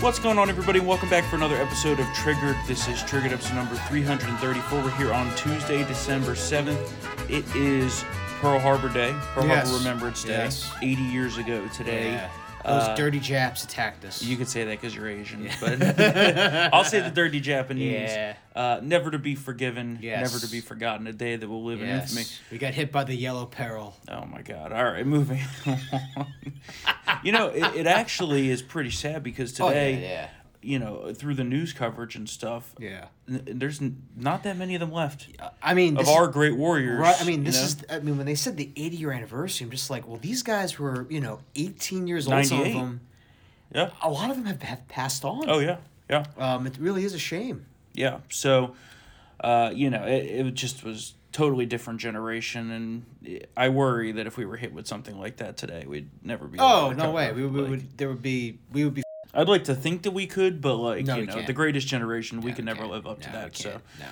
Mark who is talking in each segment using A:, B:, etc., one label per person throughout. A: What's going on, everybody? Welcome back for another episode of Triggered. This is Triggered episode number 334. We're here on Tuesday, December 7th. It is Pearl Harbor Day, Pearl
B: Yes.
A: Harbor Remembrance Day,
B: Yes.
A: 80 years ago today. Uh,
B: Those dirty Japs attacked us.
A: You could say that because you're Asian, but I'll say the dirty Japanese.
B: Yeah.
A: Uh, never to be forgiven,
B: Yes.
A: never to be forgotten, a day that will live in infamy.
B: yes. We got hit by the yellow peril.
A: Oh my God! All right, moving on. you know, it, it actually is pretty sad because today, you know, through the news coverage and stuff,
B: yeah,
A: n- there's n- not that many of them left
B: yeah. I mean,
A: of
B: this
A: our great warriors.
B: Right, I mean,
A: you
B: this
A: know?
B: is. I mean, when they said the 80 year anniversary, I'm just like, well, these guys were, you know, 18 years old. Some of
A: 98.
B: them.
A: yeah.
B: A lot of them have, have passed on.
A: Oh yeah, yeah,
B: Um, it really is a shame.
A: yeah. So, uh, you know, it, it just was totally different generation, and I worry that if we were hit with something like that today, we'd never be. able to
B: Oh no
A: recover.
B: way. We, we
A: Like,
B: would. There would be. We would be.
A: I'd like to think that we could, but like
B: No,
A: you
B: we
A: know,
B: can't.
A: the greatest generation, we
B: Yeah,
A: can never
B: can't.
A: live up to
B: No,
A: that.
B: we
A: So.
B: can't. no.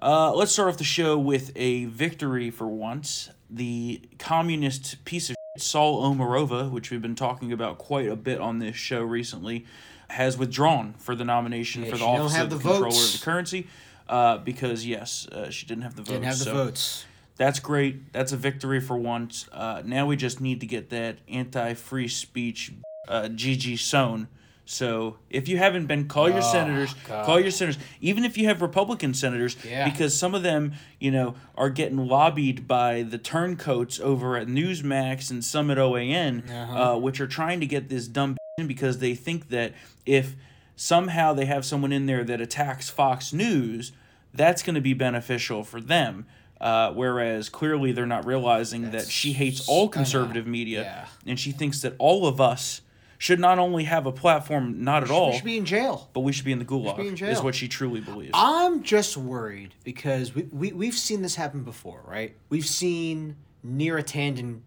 A: Uh, let's start off the show with a victory for once. The communist piece of shit, Saul Omarova, which we've been talking about quite a bit on this show recently, has withdrawn for the nomination
B: Yeah,
A: for the
B: she don't
A: office
B: have
A: of
B: the
A: the controller
B: votes.
A: of the currency. Uh, because yes, uh, she didn't have the votes.
B: Didn't have the
A: so
B: votes.
A: That's great. That's a victory for once. Uh, now we just need to get that anti-free speech uh, Gigi Sohn. So if you haven't been, call your
B: Oh,
A: senators.
B: God.
A: Call your senators. Even if you have Republican senators,
B: Yeah.
A: because some of them, you know, are getting lobbied by the turncoats over at Newsmax and Summit OAN, uh
B: Uh-huh.
A: which are trying to get this dumb in because they think that if somehow they have someone in there that attacks Fox News, that's going to be beneficial for them. Uh, whereas clearly they're not realizing that she hates all conservative media
B: Yeah.
A: and she thinks that all of us should not only have a platform, not at all,
B: We should be in jail.
A: but we should be in the gulag,
B: be in
A: is
B: jail.
A: what she truly believes.
B: I'm just worried because we, we we've seen this happen before, right? We've seen Neera Tanden,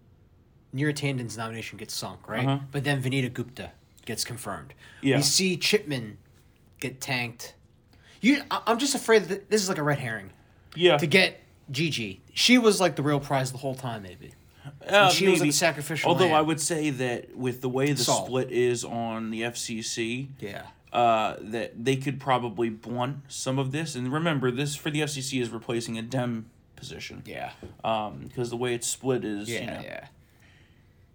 B: Neera Tanden's nomination get sunk, right? But then Vanita Gupta gets confirmed.
A: Uh-huh. Yeah.
B: We see Chipman get tanked. You, I- I'm just afraid that this is like a red herring
A: yeah.
B: to get Gigi. She was like the real prize the whole time, maybe.
A: Uh,
B: she was like the sacrificial
A: Although
B: lamb.
A: I would say that with the way the
B: Saul.
A: split is on the FCC,
B: Yeah.
A: uh, that they could probably blunt some of this. And remember, this for the FCC is replacing a Dem position.
B: Yeah.
A: Um, because the way it's split is,
B: Yeah.
A: you know.
B: Yeah.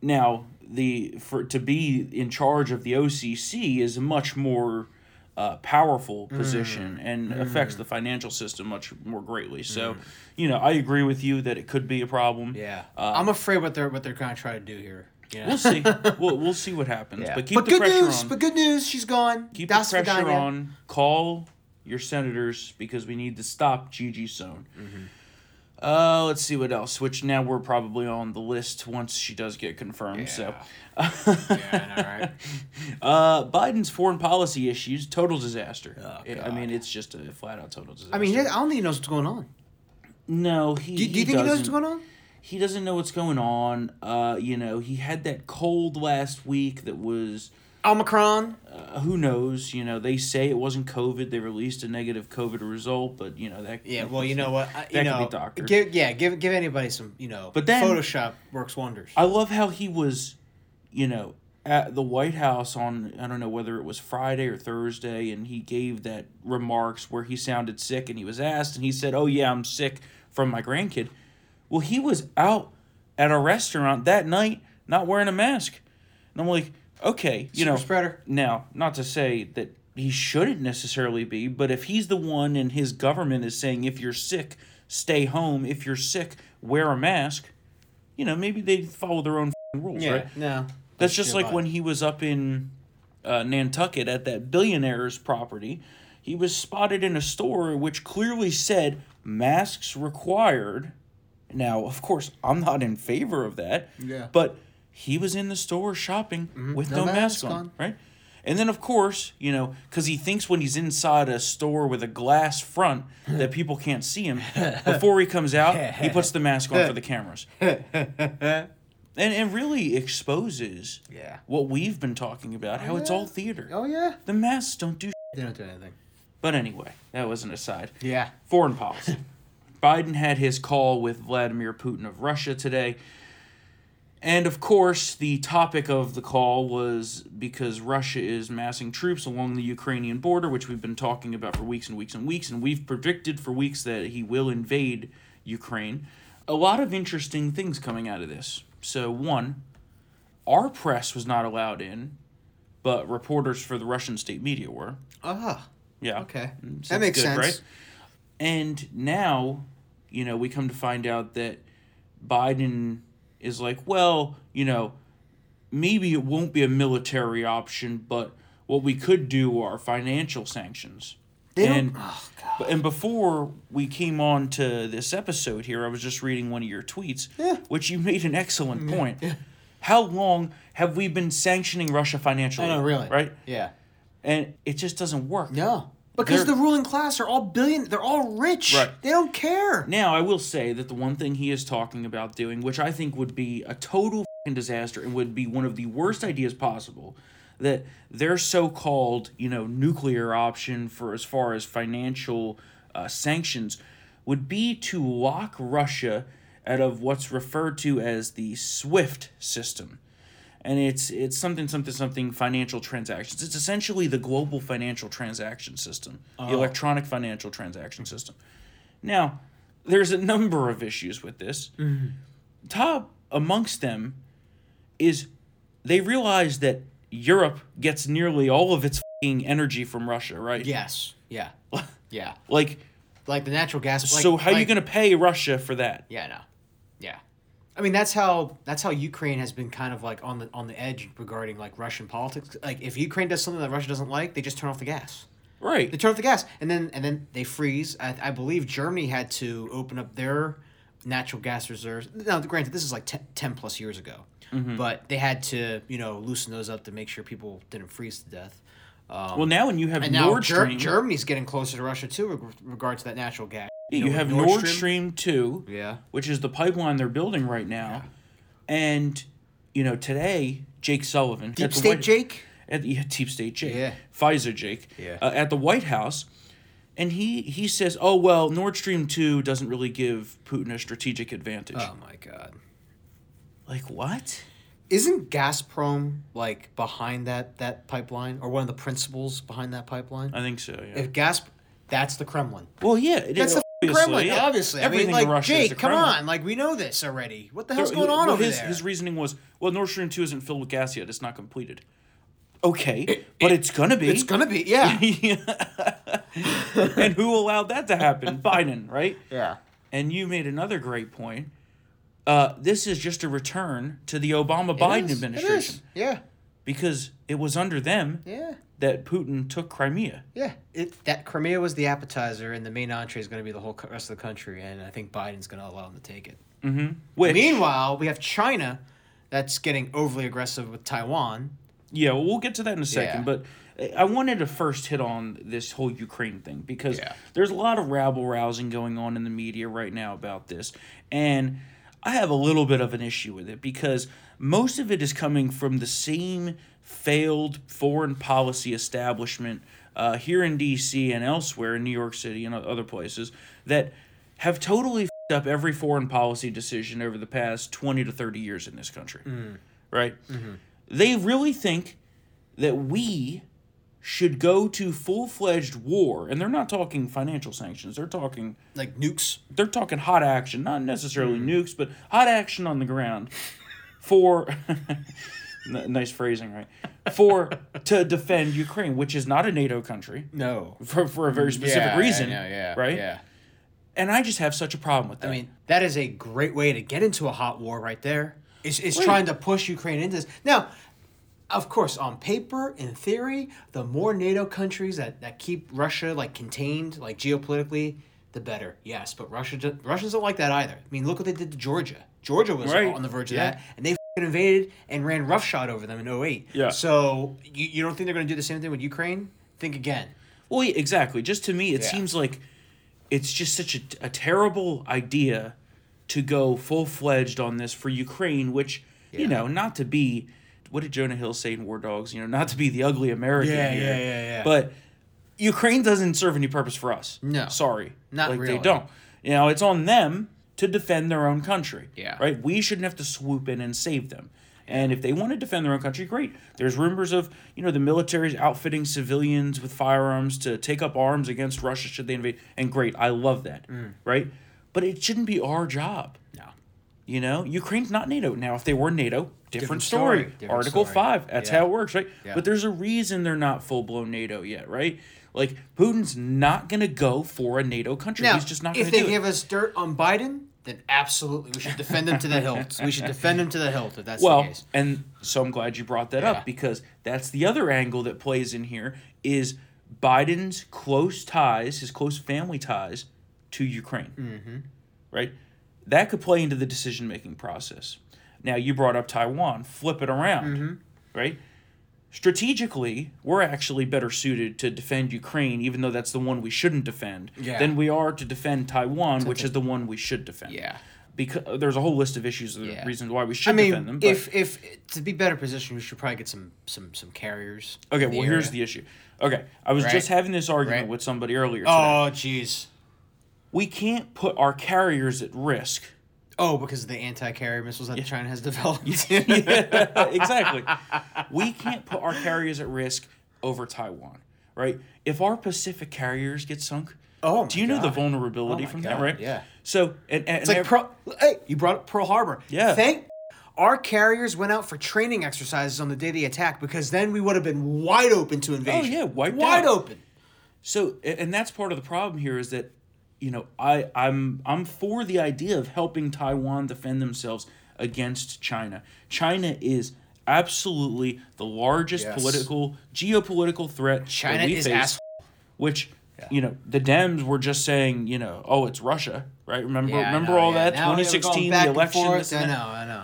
A: Now the for to be in charge of the OCC is a much more uh, powerful
B: Mm.
A: position and affects the financial system much more greatly. So, you know, I agree with you that it could be a problem.
B: Mm. Yeah. I'm afraid what they're what they're kind of trying to do here. Yeah.
A: Um, We'll see. we'll, we'll see what happens.
B: Yeah.
A: But keep the
B: good
A: pressure
B: news.
A: on.
B: But good news. She's gone.
A: keep
B: Das
A: the pressure
B: Vidania.
A: on. Call your senators because we need to stop Gigi Sohn.
B: Mm-hmm.
A: Uh, let's see what else. Which now we're probably on the list once she does get confirmed. So,
B: yeah, I know, right?
A: uh, Biden's foreign policy issues total disaster.
B: Oh,
A: I- I
B: God.
A: mean, it's just a flat out total disaster.
B: I mean, I don't think he knows what's going on.
A: no, he.
B: Do, do you think he knows what's
A: doesn't.
B: going on?
A: he doesn't know what's going on. Uh, you know, he had that cold last week that was.
B: Omicron.
A: Uh, who knows? You know, they say it wasn't COVID. They released a negative COVID result, but you know that.
B: Yeah, well, you know what? I,
A: That
B: you
A: could be
B: know,
A: doctored.
B: give, yeah, give give anybody some, you know,
A: But then- Uh,
B: Photoshop works wonders.
A: I love how he was, you know, at the White House on I don't know whether it was Friday or Thursday, and he gave that remarks where he sounded sick, and he was asked, and he said, "Oh yeah, I'm sick from my grandkid." Well, he was out at a restaurant that night, not wearing a mask, and I'm like, okay, you know,
B: Super spreader.
A: now, not to say that he shouldn't necessarily be, but if he's the one and his government is saying if you're sick, stay home. If you're sick, wear a mask. You know, maybe they follow their own f***ing rules,
B: Yeah,
A: right?
B: no.
A: That's just
B: Goodbye.
A: like when he was up in uh, Nantucket at that billionaire's property. He was spotted in a store which clearly said masks required. Now, of course, I'm not in favor of that.
B: Yeah. Mm-hmm.
A: But he was in the store shopping with no,
B: no
A: mask,
B: mask
A: on,
B: on.
A: right? And then, of course, you know, because he thinks when he's inside a store with a glass front that people can't see him, before he comes out, he puts the mask on for the cameras. And it really exposes
B: Yeah.
A: what we've been talking about, how it's
B: yeah.
A: all theater.
B: Oh yeah.
A: The masks don't do. Shit.
B: They don't do anything.
A: But anyway, that was an aside.
B: Yeah.
A: Foreign policy. Biden had his call with Vladimir Putin of Russia today. And of course, the topic of the call was because Russia is massing troops along the Ukrainian border, which we've been talking about for weeks and weeks and weeks, and we've predicted for weeks that he will invade Ukraine. A lot of interesting things coming out of this. So, one, our press was not allowed in, but reporters for the Russian state media were.
B: Ah,
A: Yeah.
B: okay.
A: Mm, so that's
B: that makes
A: good,
B: sense.
A: right? And now, you know, we come to find out that Biden is like, well, you know, maybe it won't be a military option, but what we could do are financial sanctions.
B: They
A: And-
B: don't. Oh, God.
A: And before we came on to this episode here, I was just reading one of your tweets,
B: Yeah.
A: which you made an excellent point. How long have we been sanctioning Russia financially?
B: I know, really.
A: Right?
B: Yeah.
A: And it just doesn't work.
B: No. Because
A: They're-
B: the ruling class are all billion. They're all rich.
A: Right.
B: They don't care.
A: Now, I will say that the one thing he is talking about doing, which I think would be a total fing disaster and would be one of the worst ideas possible, that their so-called, you know, nuclear option for as far as financial uh, sanctions would be to lock Russia out of what's referred to as the SWIFT system. And it's it's something something something financial transactions. It's essentially the global financial transaction system,
B: Oh.
A: the electronic financial transaction system. Now, there's a number of issues with this.
B: Mm-hmm.
A: Top amongst them is they realize that Europe gets nearly all of its fing energy from Russia, right?
B: Yes. Yeah. yeah.
A: Like,
B: Like the natural gas. Like,
A: so how you
B: like-
A: gonna pay Russia for that?
B: Yeah, no. Yeah. I mean that's how that's how Ukraine has been kind of like on the on the edge regarding like Russian politics. Like if Ukraine does something that Russia doesn't like, they just turn off the gas. They
A: Right.
B: turn off the gas and then and then they freeze. I, I believe Germany had to open up their natural gas reserves. Now, granted, this is like 10, 10 plus years ago,
A: Mm-hmm.
B: but they had to you know loosen those up to make sure people didn't freeze to death. Um,
A: Well, now when you have
B: and now
A: Nord
B: Ger-
A: Stream,
B: Germany's getting closer to Russia too, with regard to that natural gas.
A: you,
B: know,
A: have
B: Nord
A: Nord, Stream two.
B: Yeah.
A: which is the pipeline they're building right now. And, you know, today, Jake Sullivan.
B: Deep state Jake.
A: At, yeah, Deep State Jake.
B: Yeah.
A: Pfizer Jake.
B: Yeah.
A: Uh, at the White House. And he, he says, oh, well, Nord Stream 2 doesn't really give Putin a strategic advantage.
B: Oh my god.
A: Like, what?
B: Isn't Gazprom like behind that that pipeline or one of the principles behind that pipeline?
A: I think so, yeah.
B: If Gazp that's the Kremlin.
A: well, yeah. It,
B: That's the f***ing
A: obviously,
B: Kremlin,
A: yeah.
B: obviously.
A: Everything
B: I mean,
A: in
B: like
A: Russia is
B: Jake,
A: the
B: come
A: Kremlin.
B: on, like we know this already. What the hell's
A: There-
B: going on
A: well,
B: over
A: his,
B: there?
A: His reasoning was, well, Nord Stream 2 isn't filled with gas yet. It's not completed. Okay, but it's going to be.
B: it's gonna be yeah.
A: and who allowed that to happen? Biden, right?
B: yeah.
A: And you made another great point. Uh, this is just a return to the Obama Biden administration
B: Yeah.
A: because it was under them
B: Yeah.
A: that Putin took Crimea.
B: Yeah. It, that Crimea was the appetizer and the main entree is gonna be the whole co- rest of the country and I think Biden's gonna allow him to take it.
A: Mm-hmm. Which,
B: Meanwhile, we have China that's getting overly aggressive with Taiwan.
A: yeah, well, we'll get to that in a second.
B: Yeah.
A: But I- I wanted to first hit on this whole Ukraine thing because
B: Yeah.
A: there's a lot of rabble rousing going on in the media right now about this. And I have a little bit of an issue with it because most of it is coming from the same failed foreign policy establishment uh, here in D.C. and elsewhere in New York City and o- other places that have totally fed up every foreign policy decision over the past 20 to 30 years in this country. Right? They really think that we should go to full-fledged war and they're not talking financial sanctions they're talking
B: Like nukes.
A: they're talking hot action not necessarily nukes but hot action on the ground for n- nice phrasing right for to defend ukraine which is not a nato country
B: No.
A: for, for a very specific reason right
B: Yeah.
A: and i just have such a problem with that
B: I mean, that is a great way to get into a hot war right there. It's, it's
A: Wait.
B: trying to push Ukraine into this. Now, of course, on paper, in theory, the more NATO countries that, that keep Russia like contained, like geopolitically, the better. Yes, but Russia do- Russians don't like that either. I mean, look what they did to Georgia. Georgia was
A: Right.
B: on the verge of
A: Yeah.
B: that, and they f***ing invaded and ran roughshod over them in 08.
A: Yeah.
B: So you, you don't think they're going to do the same thing with Ukraine? Think again.
A: Well, yeah, exactly. Just to me, it
B: Yeah.
A: seems like it's just such a, a terrible idea to go full fledged on this for Ukraine, which, you
B: Yeah.
A: know, not to be what did Jonah Hill say in War Dogs? You know, not to be the ugly American.
B: Yeah,
A: here,
B: yeah, yeah, yeah.
A: But Ukraine doesn't serve any purpose for us.
B: No.
A: Sorry.
B: Not
A: like
B: really.
A: they don't. You know, it's on them to defend their own country.
B: Yeah.
A: Right? We shouldn't have to swoop in and save them. And if they want to defend their own country, great. There's rumors of, you know, the military's outfitting civilians with firearms to take up arms against Russia should they invade. And great, I love that.
B: Mm.
A: Right? But it shouldn't be our job.
B: No.
A: You know, Ukraine's not NATO. Now, if they were NATO, different,
B: Different
A: story.
B: story, different
A: Article
B: story.
A: 5, that's
B: Yeah.
A: how it works, right?
B: Yeah.
A: But there's a reason they're not full blown NATO yet, right? Like, Putin's not going to go for a NATO country.
B: Now,
A: He's just not going
B: if
A: to
B: they
A: do it.
B: give us dirt on Biden, then absolutely we should defend them to the hilt. We should defend them to the hilt if that's
A: well,
B: the case.
A: and so I'm glad you brought that
B: Yeah.
A: up because that's the other angle that plays in here is Biden's close ties, his close family ties to Ukraine. Mm-hmm. Right? That could play into the decision making process. Now, you brought up Taiwan. Flip it around.
B: Mm-hmm.
A: Right? Strategically, we're actually better suited to defend Ukraine, even though that's the one we shouldn't defend,
B: Yeah.
A: than we are to defend Taiwan, which is the one we should defend.
B: Yeah.
A: Because there's a whole list of issues, the
B: Yeah.
A: reasons why we should
B: I mean,
A: defend them. but-
B: if if to be better positioned, we should probably get some some some carriers.
A: Okay,
B: in
A: well, here's
B: area.
A: the issue. Okay, I was
B: Right.
A: just having this argument
B: Right.
A: with somebody earlier today.
B: Oh jeez.
A: we can't put our carriers at risk.
B: Oh, because of the anti-carrier missiles that China has developed.
A: Yeah, exactly. We can't put our carriers at risk over Taiwan, right? If our Pacific carriers get sunk,
B: Oh,
A: do you know the vulnerability
B: Oh my
A: from
B: God,
A: that, right?
B: yeah.
A: So, and, and,
B: It's like Pearl, hey, you brought up Pearl Harbor.
A: Yeah.
B: Thank our carriers went out for training exercises on the day of the attack because then we would have been wide open to invasion.
A: Oh, yeah, wiped
B: wide
A: out.
B: open.
A: So a- and that's part of the problem here is that you know I I'm I'm for the idea of helping Taiwan defend themselves against China. China is absolutely the largest
B: Yes.
A: political geopolitical threat
B: China
A: that we
B: is
A: face,
B: ass-
A: which you know the Dems were just saying you know oh it's Russia right remember
B: Yeah, I
A: remember
B: know,
A: all
B: yeah.
A: that
B: Now we're going
A: 2016
B: back
A: the
B: and
A: election
B: forth.
A: this
B: I
A: and,
B: know,
A: that.
B: I know.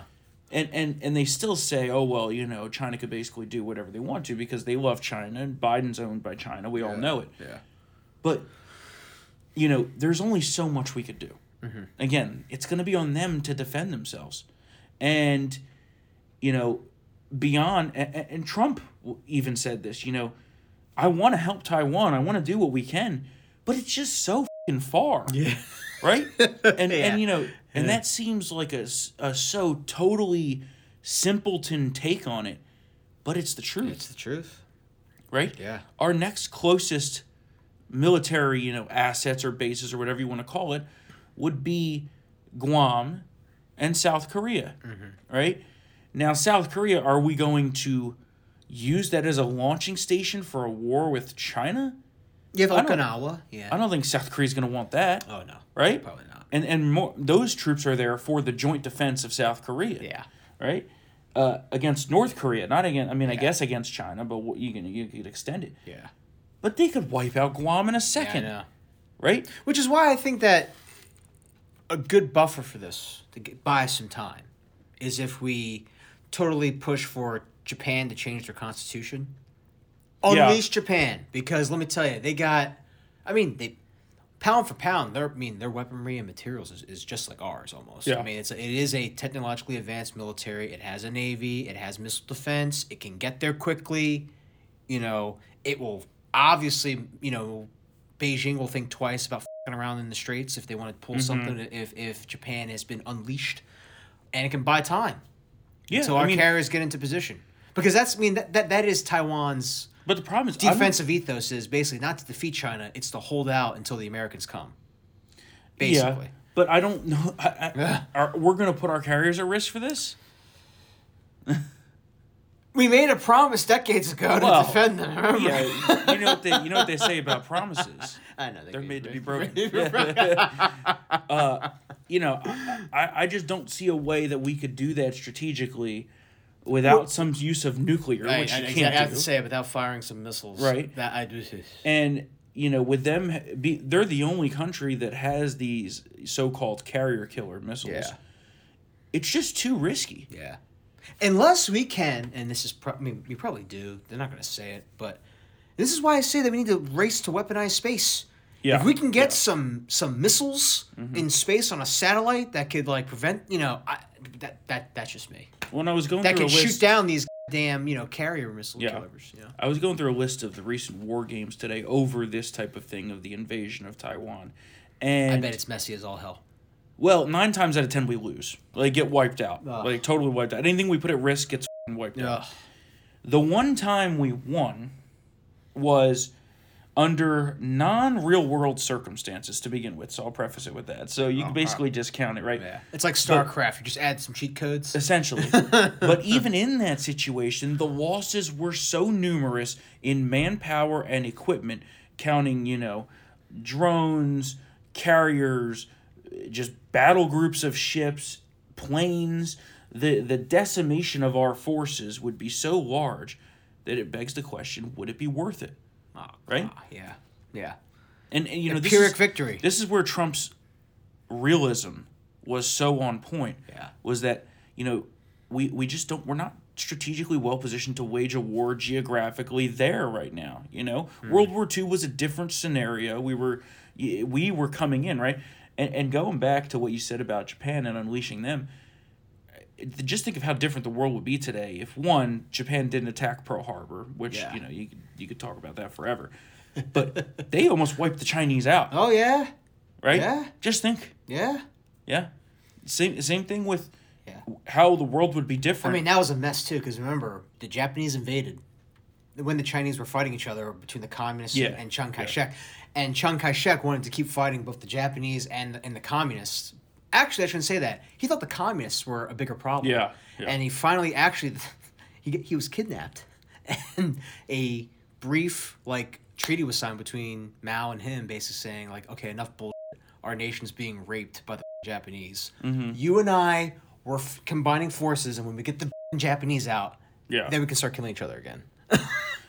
A: and and and they still say oh well you know China could basically do whatever they want to because they love China and Biden's owned by China we all know it
B: Yeah.
A: but you know, there's only so much we could do.
B: Mm-hmm.
A: Again, it's going to be on them to defend themselves, and you know, beyond and, and Trump w- even said this. You know, I want to help Taiwan. I want to do what we can, but it's just so fing far. Yeah. Right. And
B: Yeah.
A: and you know, and that seems like a, s- a so totally simpleton take on it, but it's the truth
B: It's the truth.
A: right?
B: Yeah.
A: Our next closest military, you know, assets or bases or whatever you want to call it, would be Guam and South Korea,
B: Mm-hmm.
A: right? Now, South Korea, are we going to use that as a launching station for a war with China?
B: You have
A: don't-
B: Okinawa. Yeah.
A: I don't think South Korea's going to want that,
B: oh no.
A: right?
B: Probably not.
A: And and more, those troops are there for the joint defense of South Korea
B: Yeah.
A: right? Uh, against North Korea, not against. I mean, I guess against China, but what, you can you could extend it.
B: Yeah.
A: But they could wipe out Guam in a
B: I
A: second,
B: know.
A: right?
B: Which is why I think that a good buffer for this to get, buy some time is if we totally push for Japan to change their constitution.
A: Yeah.
B: Unleash Japan because let me tell you, they got. I mean, they pound for pound. Their I mean their weaponry and materials is, is just like ours almost.
A: Yeah.
B: I mean, it's a, it is a technologically advanced military. It has a navy. It has missile defense. It can get there quickly. You know, it will obviously. You know, Beijing will think twice about fing around in the straits if they want to pull
A: Mm-hmm.
B: something. If if Japan has been unleashed, and it can buy time
A: Yeah.
B: until
A: I
B: our
A: mean,
B: carriers get into position. Because that's I mean that that, that is Taiwan's
A: but the problem is I'm-
B: defensive ethos is basically not to defeat China, it's to hold out until the Americans come.
A: yeah,
B: Basically.
A: but I don't know. I, I,
B: Yeah.
A: Are, we're gonna put our carriers at risk for this?
B: We made a promise decades ago
A: Well,
B: to defend them, remember?
A: Yeah. you know what they you know what they say about promises.
B: I know they
A: They're
B: could-
A: made to be broken. uh, you know, I, I I just don't see a way that we could do that strategically without some use of nuclear,
B: I, I,
A: which you
B: I
A: can't
B: have
A: do.
B: to say without firing some missiles.
A: Right.
B: That I do too.
A: and you know with them ha- be, they're the only country that has these so-called carrier killer missiles
B: Yeah.
A: it's just too risky
B: Yeah. Unless we can, and this is pro- I mean, we probably do. They're not going to say it, but this is why I say that we need to race to weaponize space.
A: Yeah.
B: If we can get
A: Yeah. Mm-hmm.
B: some some missiles in space on a satellite that could like prevent, you know, I, that that that's just me.
A: when i was going
B: That
A: through
B: could
A: a
B: shoot
A: list
B: down these damn, you know, carrier missile
A: Yeah.
B: killers, you know.
A: i was going through a list of the recent war games today over this type of thing of the invasion of taiwan and
B: I bet it's messy as all hell.
A: Well, nine times out of ten we lose. Like get wiped out.
B: Ugh.
A: Like totally wiped out. Anything we put at risk gets fing wiped out.
B: Ugh.
A: The one time we won was under non real world circumstances to begin with. So I'll preface it with that. So you can basically discount it, right?
B: Oh, Yeah. It's like StarCraft. You just add some cheat codes.
A: Essentially. but even in that situation, the losses were so numerous in manpower and equipment, counting, you know, drones, carriers, just battle groups of ships, planes. The, the decimation of our forces would be so large that it begs the question would it be worth it? Right?
B: Ah, yeah. Yeah.
A: And, and you know, this
B: Pyrrhic
A: is-
B: victory.
A: this is where Trump's realism was so on point.
B: Yeah.
A: Was that, you know, we, we just don't, we're not strategically well positioned to wage a war geographically there right now. You know,
B: Hmm.
A: World War II was a different scenario. We were, y- we were coming in, right? And, and going back to what you said about Japan and unleashing them, it- just think of how different the world would be today if one Japan didn't attack Pearl Harbor, which
B: Yeah.
A: you know you could- you could talk about that forever, but they almost wiped the Chinese out
B: Oh yeah.
A: right?
B: Yeah.
A: Just think.
B: Yeah.
A: Yeah. Same same thing with
B: Yeah.
A: how the world would be
B: I
A: different.
B: mean, that was a mess too, because remember, the Japanese invaded when the Chinese were fighting each other between the communists
A: Yeah.
B: and, and Chiang Kai shek. And Chiang Kai shek wanted to keep fighting both the Japanese and, and the communists. Actually, I shouldn't say that. He thought the communists were a bigger problem.
A: Yeah, yeah.
B: And he finally actually, he, he was kidnapped. And a brief, like, treaty was signed between Mao and him, basically saying, like, okay, enough bull our nation's being raped by the Japanese.
A: Mm-hmm.
B: You and I were f- combining forces, and when we get the Japanese out,
A: Yeah.
B: then we can start killing each other again.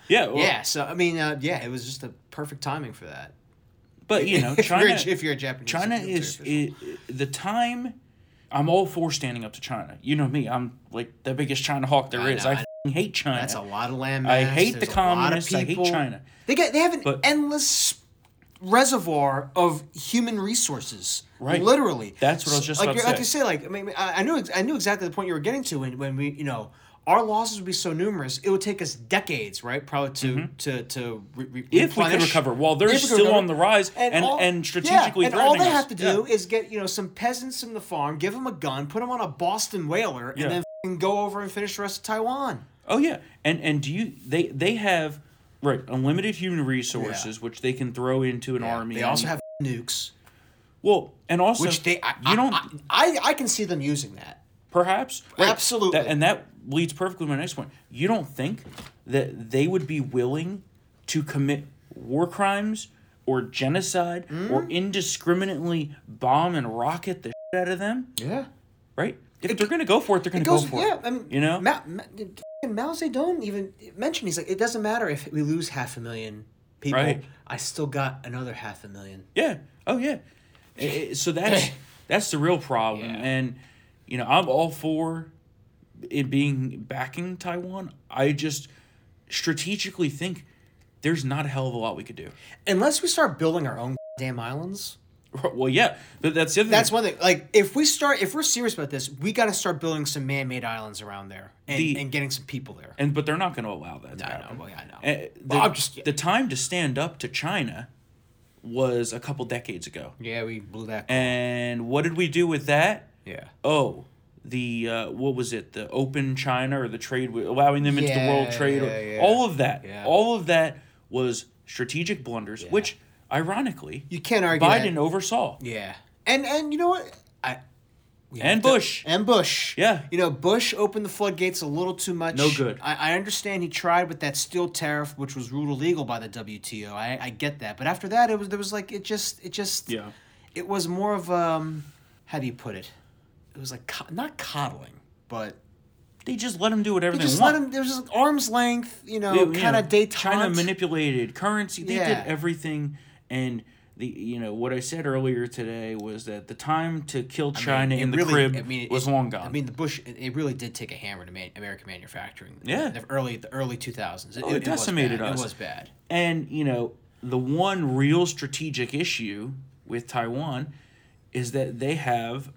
A: yeah, well,
B: Yeah, so I mean, uh, yeah, it was just the perfect timing for that.
A: But you know,
B: if, you're
A: China
B: a, if you're a Japanese,
A: China
B: military
A: is
B: official.
A: i the time I'm all for standing up to China. You know me, I'm like the biggest China hawk there
B: I
A: is.
B: know,
A: I
B: I
A: f***ing hate China.
B: that's a lot of land.
A: I
B: mass,
A: hate the
B: there's a lot of
A: communists, I hate
B: people.
A: China.
B: They get they have an
A: But-
B: endless reservoir of human resources.
A: Right.
B: Literally.
A: That's what I was just
B: like
A: about to
B: you're- Like
A: say.
B: you say, like I mean, I I knew ex- I knew exactly the point you were getting to when when we you know. Our losses would be so numerous; it would take us decades, right? Probably to to to re- re-
A: Mm-hmm. If we could
B: replenish.
A: recover. While they're
B: If we could
A: still on the rise and-
B: all-
A: and strategically
B: and all they
A: threatening us.
B: have to do
A: Yeah.
B: is get you know some peasants from the farm, give them a gun, put them on a Boston whaler,
A: Yeah.
B: and then f***ing go over and finish the rest of Taiwan.
A: Oh yeah, and and do you they they have right unlimited human resources which they can throw into an army.
B: They also
A: and-
B: have nukes,
A: well, and also
B: which they I,
A: you don't
B: I, I, I can see them using that.
A: Perhaps.
B: Absolutely.
A: That- and that leads perfectly to my next point. You don't think that they would be willing to commit war crimes or genocide or indiscriminately bomb and rocket the shit out of them,
B: Yeah,
A: right? If they're going to go for it, they're going to go
B: goes.
A: for
B: yeah,
A: it.
B: I mean,
A: you know?
B: Ma, Ma, f***ing Mao Zedong even mentioned he's like, it doesn't matter if we lose half a million people,
A: Right.
B: I still got another half a million.
A: Yeah. Oh yeah. I- I- so that's that's the real problem,
B: Yeah.
A: and you know I'm all for it being backing Taiwan. I just strategically think there's not a hell of a lot we could do.
B: Unless we start building our own damn islands.
A: Well, yeah, but that's the other.
B: That's
A: thing.
B: one thing. Like, if we start, if we're serious about this, we got to start building some man-made islands around there and,
A: The-
B: and getting some people there.
A: and but they're not going to allow that. to
B: I know,
A: happen.
B: well, yeah, I know.
A: Eh, The,
B: Well, I'm just-
A: the time to stand up to China was a couple decades ago,
B: Yeah, we blew that.
A: and what did we do with that?
B: yeah.
A: Oh, the uh, what was it? The open China or the trade wi- allowing them into the world
B: Yeah,
A: trade? or-
B: yeah, yeah.
A: All of that.
B: Yeah.
A: All of that was strategic blunders, which ironically
B: You can't argue. that.
A: Biden oversaw.
B: Yeah. And and you know what? I we
A: And
B: have to-
A: Bush.
B: and Bush.
A: Yeah.
B: You know, Bush opened the floodgates a little too much.
A: No good.
B: I, I understand he tried with that steel tariff, which was ruled illegal by the WTO. I, I get that. But after that it was there was like it just it just
A: Yeah.
B: it was more of um how do you put it? It was like co- not coddling, but
A: They just let him do whatever
B: they
A: they,
B: just let
A: want.
B: him. There was just arm's length, you know,
A: They- you
B: kind
A: know,
B: of Oh, detente.
A: China manipulated currency. They
B: Yeah.
A: did everything, and the you know what I said earlier today was that the time to kill China
B: it
A: in the
B: really-
A: crib
B: I mean, it-
A: was long gone.
B: I mean, the Bush it, it really did take a hammer to man, American manufacturing.
A: Yeah. Oh,
B: the early the early two thousands. It,
A: it
B: was
A: decimated
B: bad.
A: us.
B: It was bad.
A: and you know the one real strategic issue with Taiwan is that they have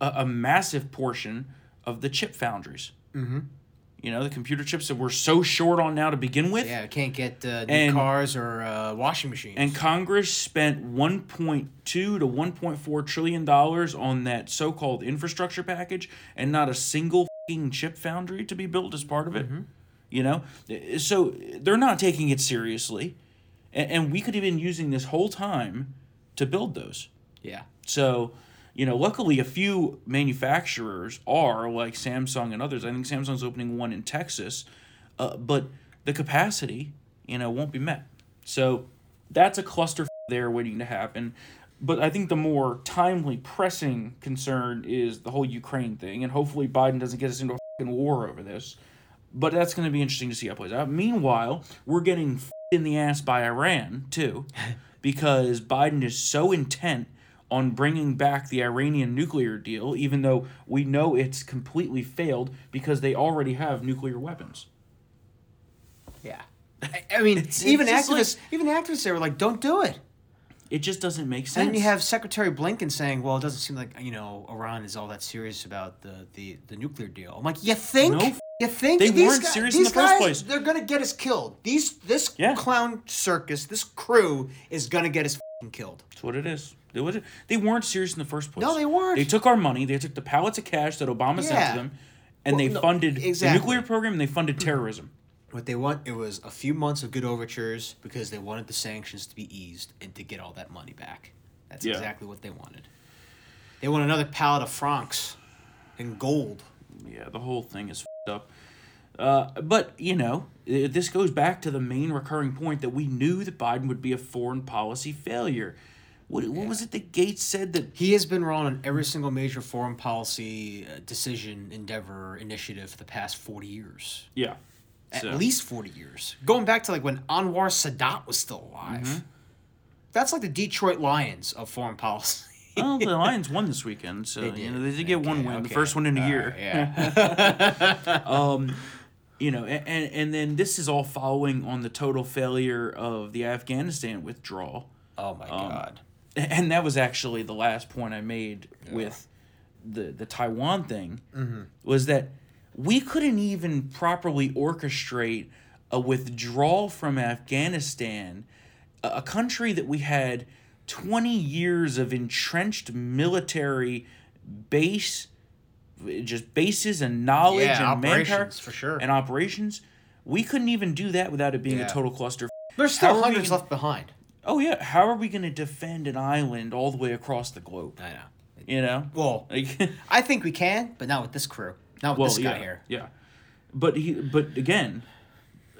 A: a, a massive portion of the chip foundries. Mm-hmm. You know, the computer chips that we're so short on now to begin with.
B: Yeah, can't get uh, new
A: And-
B: cars or uh, washing machines.
A: And Congress spent 1.2 to 1.4 trillion dollars on that so-called infrastructure package, and not a single fing chip foundry to be built as part of it. You know, so they're not taking it seriously, and, and we could have been using this whole time to build those.
B: yeah.
A: So, you know, luckily a few manufacturers are like Samsung and others. I think Samsung's opening one in Texas, uh, but the capacity, you know, won't be met. So that's a cluster there waiting to happen. But I think the more timely, pressing concern is the whole Ukraine thing, and hopefully Biden doesn't get us into a fucking war over this. But that's going to be interesting to see how it plays out. Meanwhile, we're getting f- in the ass by Iran too, because Biden is so intent on bringing back the Iranian nuclear deal, even though we know it's completely failed because they already have nuclear weapons.
B: Yeah. I, I mean,
A: It's-
B: even
A: it's just like-
B: activists, even activists, they were like, "Don't do it."
A: It just doesn't make sense.
B: And then you have Secretary Blinken saying, "Well, it doesn't seem like you know Iran is all that serious about the the, the nuclear deal." I'm like, "You think?
A: No.
B: You think
A: They
B: these
A: weren't
B: guy-
A: serious in
B: these
A: the first
B: guys,
A: place.
B: They're gonna get us killed. These this
A: Yeah.
B: clown circus, this crew is gonna get us fing killed."
A: That's what it is. They, was, they weren't serious in the first place.
B: No, they weren't.
A: They took our money, they took the pallets of cash that Obama sent
B: Yeah.
A: to them, and
B: Well,
A: they
B: no,
A: funded
B: exactly.
A: the nuclear program and they funded terrorism.
B: What they want it was a few months of good overtures because they wanted the sanctions to be eased and to get all that money back. That's
A: Yeah.
B: exactly what they wanted. They want another pallet of francs and gold.
A: Yeah, the whole thing is fed up. Uh, but you know, i- this goes back to the main recurring point that we knew that Biden would be a foreign policy failure. What, what was it that Gates said that
B: He has been wrong on every single major foreign policy uh, decision, endeavor, initiative for the past 40 years.
A: Yeah.
B: At
A: So,
B: least 40 years. Going back to like when Anwar Sadat was still alive.
A: Mm-hmm.
B: That's like the Detroit Lions of foreign policy.
A: well, the Lions won this weekend, so you know they did get one
B: Okay,
A: win, the
B: okay.
A: first one in a
B: All
A: year.
B: right, yeah.
A: You know, a- and and then this is all following on the total failure of the Afghanistan withdrawal,
B: oh my
A: Um,
B: God.
A: and that was actually the last point I made with the the Taiwan thing
B: Mm-hmm.
A: was that we couldn't even properly orchestrate a withdrawal from Afghanistan, a, a country that we had twenty years of entrenched military base, just bases and knowledge
B: Yeah,
A: and manpower
B: operations, for sure.
A: and operations. We couldn't even do that without it being
B: Yeah.
A: a total cluster.
B: There's still
A: How are we
B: hundreds
A: gonna-
B: left behind.
A: Oh yeah, how are we going to defend an island all the way across the globe?
B: I know.
A: You know,
B: Well,
A: like.
B: I think we can, but not with this crew. Not with this guy
A: yeah,
B: here.
A: Yeah, but he, but again,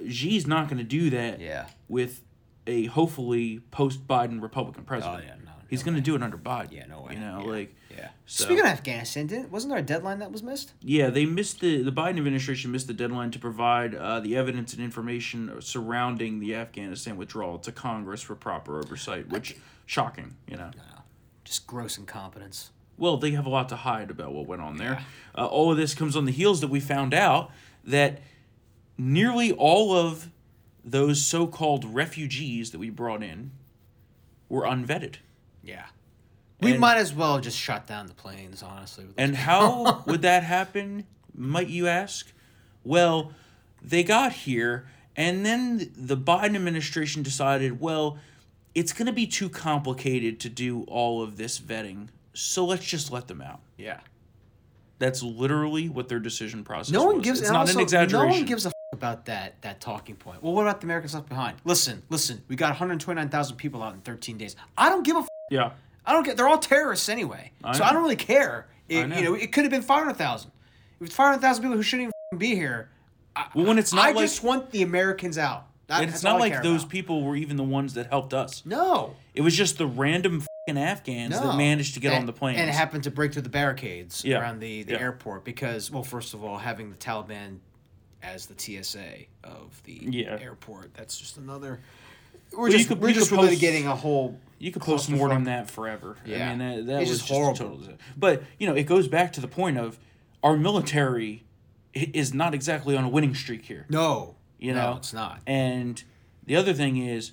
A: Xi's not going to do that.
B: Yeah.
A: With a hopefully post Biden Republican president.
B: Oh, yeah, no,
A: He's going to do it under Biden.
B: Yeah, no way.
A: You know,
B: Yeah,
A: like
B: Yeah.
A: So-
B: Speaking of Afghanistan, didn't, wasn't there a deadline that was missed?
A: yeah, they missed the the Biden administration missed the deadline to provide uh, the evidence and information surrounding the Afghanistan withdrawal to Congress for proper oversight, which shocking, you know.
B: Just gross incompetence.
A: well, they have a lot to hide about what went on there. Uh, all of this comes on the heels that we found out that nearly all of those so called refugees that we brought in were unvetted.
B: Yeah. We
A: And-
B: might as well just shut down the planes, honestly. with
A: And
B: those-
A: how would that happen, might you ask? Well, they got here, and then the Biden administration decided, well, it's going to be too complicated to do all of this vetting, so let's just let them out.
B: yeah.
A: That's literally what their decision process.
B: No one
A: was.
B: gives.
A: It's
B: and
A: not
B: also,
A: an exaggeration.
B: No one gives a f- about that that talking point. Well, what about the Americans left behind? Listen, listen. We got 129,000 people out in 13 days. I don't give a. F-
A: Yeah,
B: I don't get. They're all terrorists anyway. so I
A: know.
B: don't really care. It,
A: know.
B: You know, it could have been 500,000. It was 500,000 people who shouldn't even f- be here.
A: well, when it's not
B: I
A: like
B: just want the Americans out. That-
A: and it's
B: that's all
A: not
B: I
A: like
B: care
A: those
B: about.
A: people were even the ones that helped us.
B: No.
A: It was just the random fing Afghans
B: no.
A: that managed to get
B: And-
A: on the plane.
B: and happened to break through the barricades
A: Yeah.
B: around the, the
A: Yeah.
B: airport because well first of all having the Taliban as the TSA of the
A: Yeah.
B: airport that's just another we're
A: you
B: just
A: could-
B: we're
A: you
B: just
A: could
B: really
A: post-
B: getting a whole
A: you could post more on that forever. I
B: Yeah.
A: mean, that, that
B: It's
A: was
B: just
A: just a
B: horrible.
A: total disa- But you know, it goes back to the point of our military i- is not exactly on a winning streak here.
B: no
A: You
B: no,
A: know,
B: it's not
A: And the other thing is,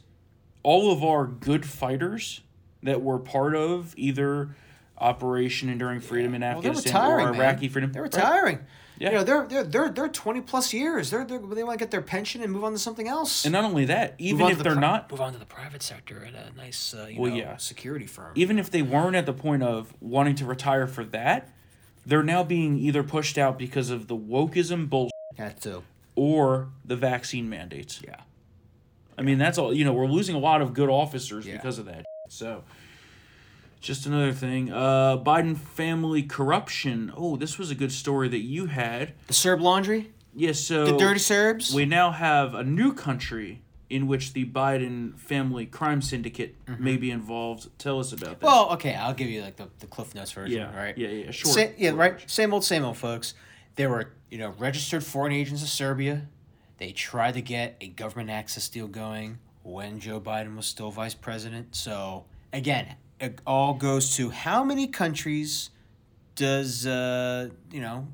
A: all of our good fighters that were part of either Operation Enduring Freedom in
B: well, they're
A: Afghanistan
B: retiring
A: or
B: man.
A: Iraqi Freedom,
B: they're
A: right?
B: retiring
A: Yeah.
B: You know, they're they're they're they're twenty plus years. They're, they're they want to get their pension and move on to something else.
A: And not only that, even
B: on
A: if
B: to the
A: they're
B: pri-
A: not,
B: move on to the private sector at a nice uh, you
A: Well,
B: know,
A: yeah.
B: security firm.
A: even if they weren't at the point of wanting to retire for that, they're now being either pushed out because of the wokeism bullshit
B: That too.
A: or the vaccine mandates.
B: Yeah.
A: I mean, that's all. You know, we're losing a lot of good officers
B: Yeah.
A: because of that. So, just another thing. Uh, Biden family corruption. Oh, this was a good story that you had.
B: The Serb laundry,
A: Yes. so
B: the dirty Serbs.
A: we now have a new country in which the Biden family crime syndicate may be involved. Tell us about that.
B: Mm-hmm. well, okay, I'll give you like the, the Cliff Notes version,
A: yeah,
B: right?
A: Yeah, yeah, sure.
B: Sa- yeah, right. Same old, same old, folks. They were, you know, registered foreign agents of Serbia. They tried to get a government access deal going when Joe Biden was still vice president. So again, it all goes to how many countries does uh, you know?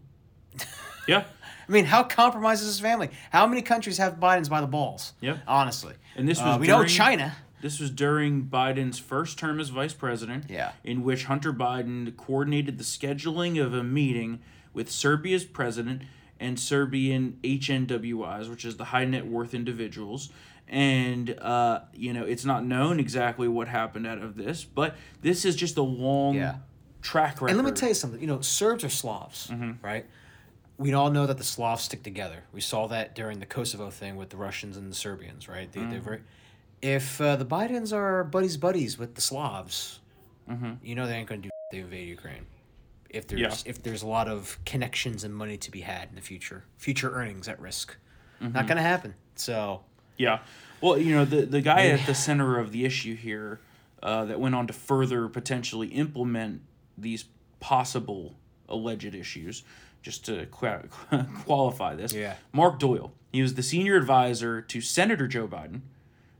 A: Yeah,
B: I mean, how compromised is his family? How many countries have Biden's by the balls?
A: Yeah.
B: Honestly,
A: and this was
B: uh, we know
A: during,
B: China.
A: This was during Biden's first term as vice president.
B: Yeah.
A: in which Hunter Biden coordinated the scheduling of a meeting with Serbia's president and Serbian HNWIs, which is the high net worth individuals. And, uh, you know, it's not known exactly what happened out of this, but this is just a long
B: Yeah.
A: track record.
B: And let me tell you something. You know, Serbs are Slavs, right? We all know that the Slavs stick together. We saw that during the Kosovo thing with the Russians and the Serbians, right? They, they're very. If uh, the Bidens are buddies buddies with the Slavs, you know they ain't gonna do. They invade Ukraine. If there's if there's a lot of connections and money to be had in the future, future earnings at risk, not gonna happen. So
A: Yeah. Well, you know, the, the guy at the center of the issue here uh, that went on to further potentially implement these possible alleged issues, just to qua qualify this,
B: Yeah.
A: Mark Doyle. He was the senior advisor to Senator Joe Biden,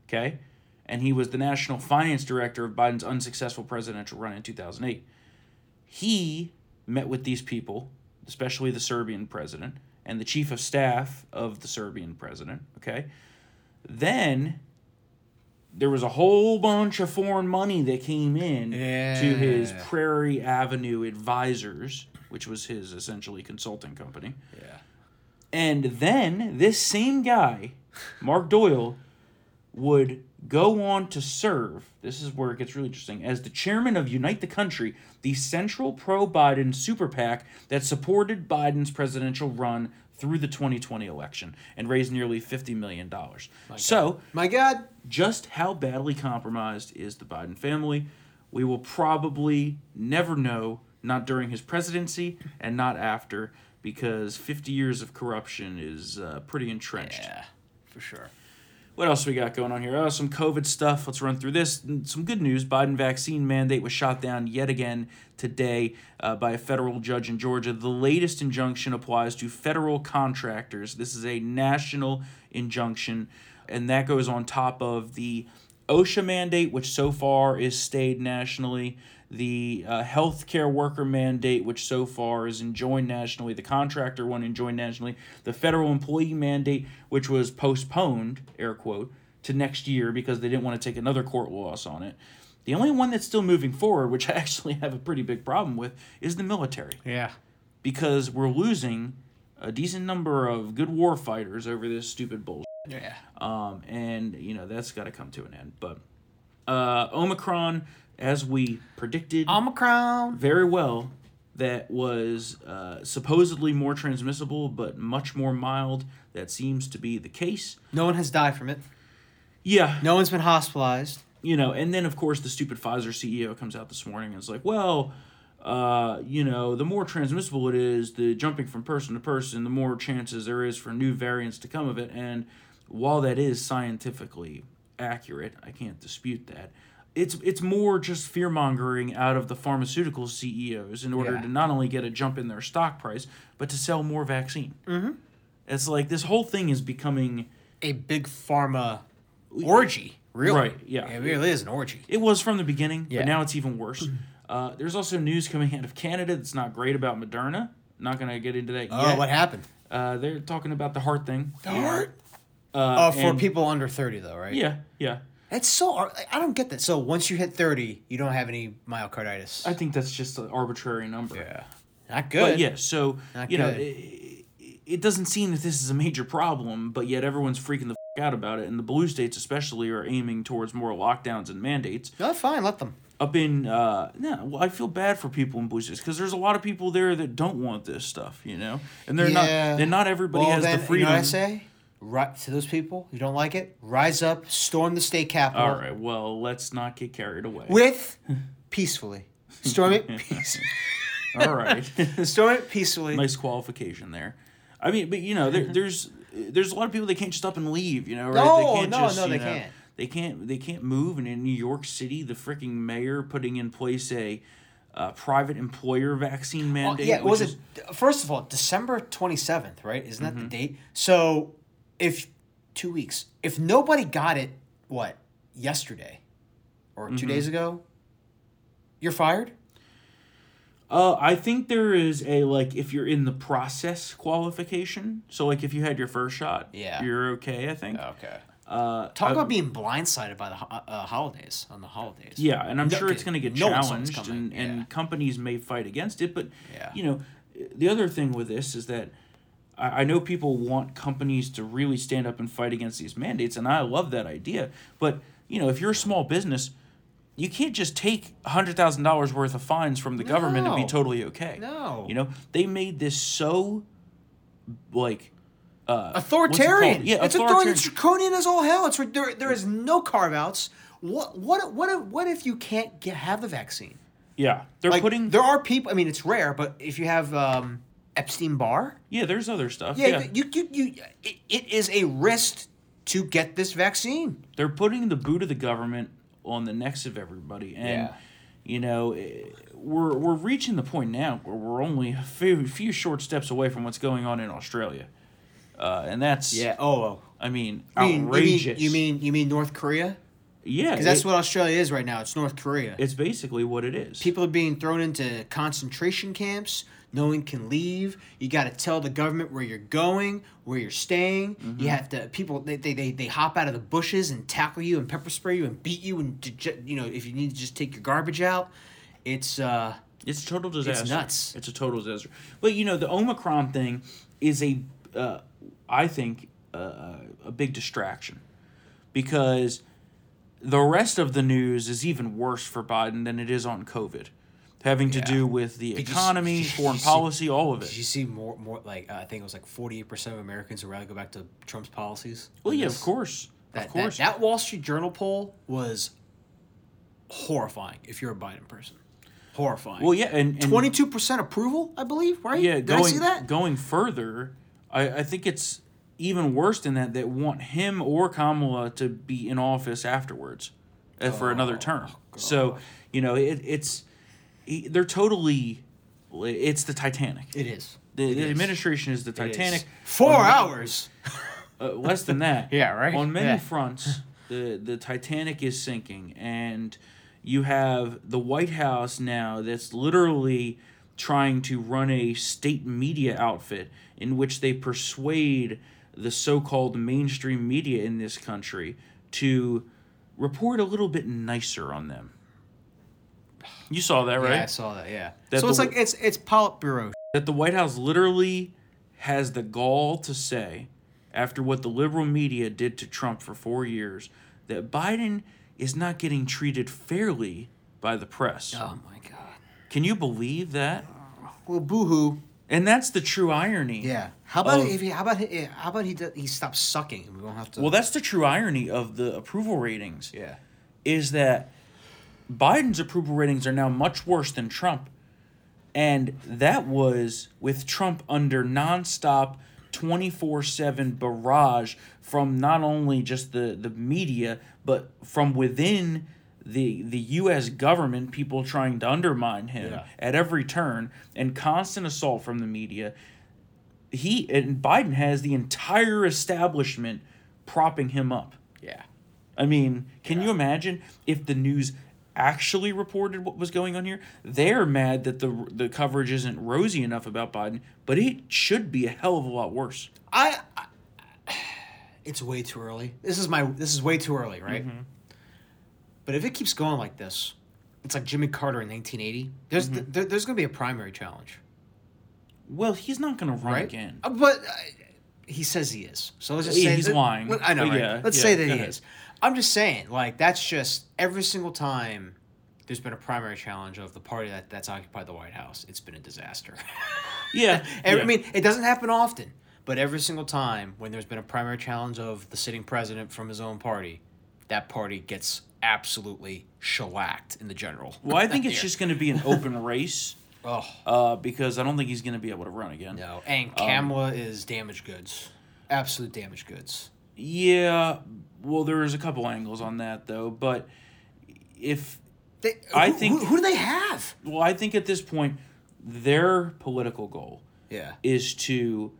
A: okay? And he was the national finance director of Biden's unsuccessful presidential run in 2008. He met with these people, especially the Serbian president and the chief of staff of the Serbian president, okay? then there was a whole bunch of foreign money that came in to his
B: Yeah.
A: Prairie Avenue Advisors, which was his essentially consulting company.
B: yeah,
A: And then this same guy, Mark Doyle, would go on to serve. This is where it gets really interesting as the chairman of Unite the Country, the central pro Biden super PAC that supported Biden's presidential run through the 2020 election and raised nearly $50 million. So,
B: my God,
A: just how badly compromised is the Biden family, we will probably never know, not during his presidency and not after, because 50 years of corruption is uh, pretty entrenched.
B: yeah, for sure.
A: What else we got going on here? Oh, some COVID stuff. Let's run through this. Mm, Some good news Biden vaccine mandate was shot down yet again today uh, by a federal judge in Georgia. The latest injunction applies to federal contractors. This is a national injunction, and that goes on top of the OSHA mandate, which so far is stayed nationally, the uh, healthcare worker mandate, which so far is enjoined nationally, the contractor one enjoined nationally, the federal employee mandate, which was postponed, air quote, to next year because they didn't want to take another court loss on it. The only one that's still moving forward, which I actually have a pretty big problem with, is the military
B: Yeah,
A: because we're losing a decent number of good war fighters over this stupid bullshit.
B: yeah.
A: Um, and you know that's got to come to an end. But uh, Omicron, as we predicted
B: Um, Omicron.
A: very well, that was uh, supposedly more transmissible but much more mild. That seems to be the case.
B: No one has died from it.
A: Yeah,
B: No one's been hospitalized.
A: you know. And then of course the stupid Pfizer CEO comes out this morning and is like, well. Uh, you know, the more transmissible it is, the jumping from person to person, the more chances there is for new variants to come of it. And while that is scientifically accurate, I can't dispute that. It's it's more just fear mongering out of the pharmaceutical CEOs in order
B: Yeah.
A: to not only get a jump in their stock price, but to sell more vaccine. Mm-hmm. It's like this whole thing is becoming.
B: a big pharma orgy. Really?
A: Right, yeah.
B: It really is an orgy.
A: It was from the beginning,
B: Yeah.
A: but now it's even worse. Uh, there's also news coming out of Canada that's not great about Moderna. Not gonna get into that
B: Oh,
A: yet.
B: what happened?
A: uh, they're talking about the heart thing.
B: Uh, for
A: and-
B: people under 30, though, right?
A: Yeah, yeah.
B: That's so. ar- I don't get that. So once you hit 30, you don't have any myocarditis.
A: I think that's just an arbitrary number.
B: Not good.
A: But yeah, so
B: Not
A: you know,
B: good.
A: i- it doesn't seem that this is a major problem, but yet everyone's freaking the f- out about it, and the blue states especially are aiming towards more lockdowns and mandates.
B: No, fine, let them.
A: Up in, uh, no, well, I feel bad for people in blue states because there's a lot of people there that don't want this stuff, you know, and they're
B: Yeah.
A: not, and not everybody
B: well,
A: has
B: then,
A: the freedom.
B: You know what I say? Right to those people who don't like it, rise up, storm the state capitol
A: All right, well, let's not get carried away.
B: with peacefully. Storm it, peace.
A: All right.
B: storm it peacefully.
A: nice qualification there. I mean, but you know, there, there's there's a lot of people that can't just up and leave. You know, right?
B: No, no, no,
A: you
B: they
A: know,
B: can't.
A: They can't. They can't move. And in New York City, the freaking mayor putting in place a uh, private employer vaccine
B: Well,
A: mandate.
B: yeah, it
A: which
B: was
A: is, Mm-hmm.
B: it? First of all, December twenty seventh, right? Isn't that the date? So, if two weeks, if nobody got it, what yesterday or
A: Mm-hmm.
B: two days ago, you're fired.
A: Uh, I think there is a like if you're in the process qualification. So like if you had your first shot,
B: Yeah.
A: you're okay. I think.
B: Okay.
A: Uh,
B: Talk
A: I-
B: about being blindsided by the ho- uh, holidays on the holidays.
A: Yeah, and I'm
B: No,
A: sure it's
B: 'cause
A: going to get
B: no one saw this
A: challenged, and,
B: coming,
A: and
B: yeah.
A: companies may fight against it. But
B: Yeah.
A: you know, the other thing with this is that I, I know people want companies to really stand up and fight against these mandates, and I love that idea. But you know, if you're a small business, you can't just take hundred thousand dollars worth of fines from the government and be
B: No.
A: totally okay.
B: No.
A: you know they made this so like uh, what's it called?
B: authoritarian.
A: Yeah,
B: it's authoritarian. It's draconian as all hell. It's rid- there. There is no carve outs. What what what if, what if you can't get, have the vaccine?
A: Yeah, they're
B: Like
A: putting.
B: there are people. I mean, it's rare, but if you have um, Epstein Barr,
A: yeah, there's other stuff.
B: yeah,
A: yeah.
B: You, you you it, it is a risk to get this vaccine.
A: they're putting the boot of the government on the necks of everybody and
B: Yeah.
A: you know eh, we're we're reaching the point now where we're only a few, few short steps away from what's going on in Australia uh, and that's
B: Oh.
A: I mean
B: You mean- you mean-
A: outrageous
B: You mean, you mean North Korea?
A: yeah
B: Because that's
A: it-
B: what Australia is right now. It's North Korea.
A: it's basically what it is
B: People are being thrown into concentration camps. No one can leave. You got to tell the government where you're going, where you're staying.
A: Mm-hmm.
B: You have to. People they, they, they, they hop out of the bushes and tackle you and pepper spray you and beat you and dege- you know if you need to just take your garbage out. It's uh
A: It's a total disaster.
B: nuts.
A: It's a total disaster. But you know, the Omicron thing is a, uh, I think, uh, a big distraction, because the rest of the news is even worse for Biden than it is on COVID, having to do with the
B: you s-
A: economy,
B: did you
A: foreign
B: see-
A: policy, all of
B: Did
A: it.
B: you see more? More like uh, I think it was like forty eight percent of Americans would rather go back to Trump's policies.
A: Well,
B: than
A: yeah, of
B: this.
A: course,
B: That,
A: of course.
B: That, that Wall Street Journal poll was horrifying. If you're a Biden person, horrifying.
A: well, yeah, and, and
B: twenty two percent approval, I believe. Right?
A: yeah,
B: Did
A: going
B: I see that?
A: going further, I, I think it's even worse than that. That want him or Kamala to be in office afterwards, uh, for
B: Oh,
A: another term. So you know it, it's he- they're totally it's the Titanic.
B: It is.
A: The,
B: It
A: the
B: is.
A: administration is the
B: It is.
A: Titanic.
B: Four hours.
A: Uh, less than that.
B: Yeah, right?
A: On many
B: Yeah.
A: fronts, the the Titanic is sinking, and you have the White House now that's literally trying to run a state media outfit in which they persuade the so-called mainstream media in this country to report a little bit nicer on them. You saw that, right?
B: Yeah, I saw that. Yeah.
A: That
B: so it's
A: the-
B: like it's it's Politburo.
A: that the White House literally has the gall to say, after what the liberal media did to Trump for four years, that Biden is not getting treated fairly by the press.
B: Oh my god.
A: Can you believe that?
B: Well, boohoo.
A: And that's the true irony.
B: Yeah. How about
A: Of-
B: if he? How about he? How about he? Does, he stops sucking and we won't have to.
A: Well, that's the true irony of the approval ratings
B: yeah.
A: is that Biden's approval ratings are now much worse than Trump. And that was with Trump under nonstop 24 7 barrage from not only just the, the media, but from within the, the U.S. government, people trying to undermine him
B: Yeah.
A: at every turn, and constant assault from the media. He and Biden has the entire establishment propping him up.
B: Yeah.
A: I mean, can you imagine if the news actually reported what was going on here? They're mad that the the coverage isn't rosy enough about Biden, but it should be a hell of a lot worse.
B: I, I it's way too early. This is my this is way too early, right?
A: Mm-hmm.
B: But if it keeps going like
A: Mm-hmm.
B: this, it's like Jimmy Carter in 1980. There's th- there, there's going to be a primary challenge.
A: Well, he's not going to run
B: right?
A: again.
B: Uh, But uh, he says he is. So let's just
A: Yeah,
B: say
A: he's
B: that-
A: lying.
B: let- I know.
A: But
B: right?
A: yeah,
B: let's
A: yeah,
B: say that
A: go
B: he
A: ahead.
B: is. I'm just saying, like that's just every single time there's been a primary challenge of the party that, that's occupied the White House. It's been a disaster.
A: Yeah.
B: Every-
A: yeah.
B: I mean, it doesn't happen often, but every single time when there's been a primary challenge of the sitting president from his own party, that party gets absolutely shellacked in the general.
A: well, I think it's just going to be an open race
B: Oh
A: uh, because I don't think he's going to be able to run again.
B: no!
A: Um,
B: And Kamala is damaged goods, absolute damaged goods.
A: Yeah. Well, there's a couple angles on that though, but if
B: They,
A: I
B: who-
A: think-
B: who, who do they have?
A: well, I think at this point their political goal
B: Yeah,
A: is to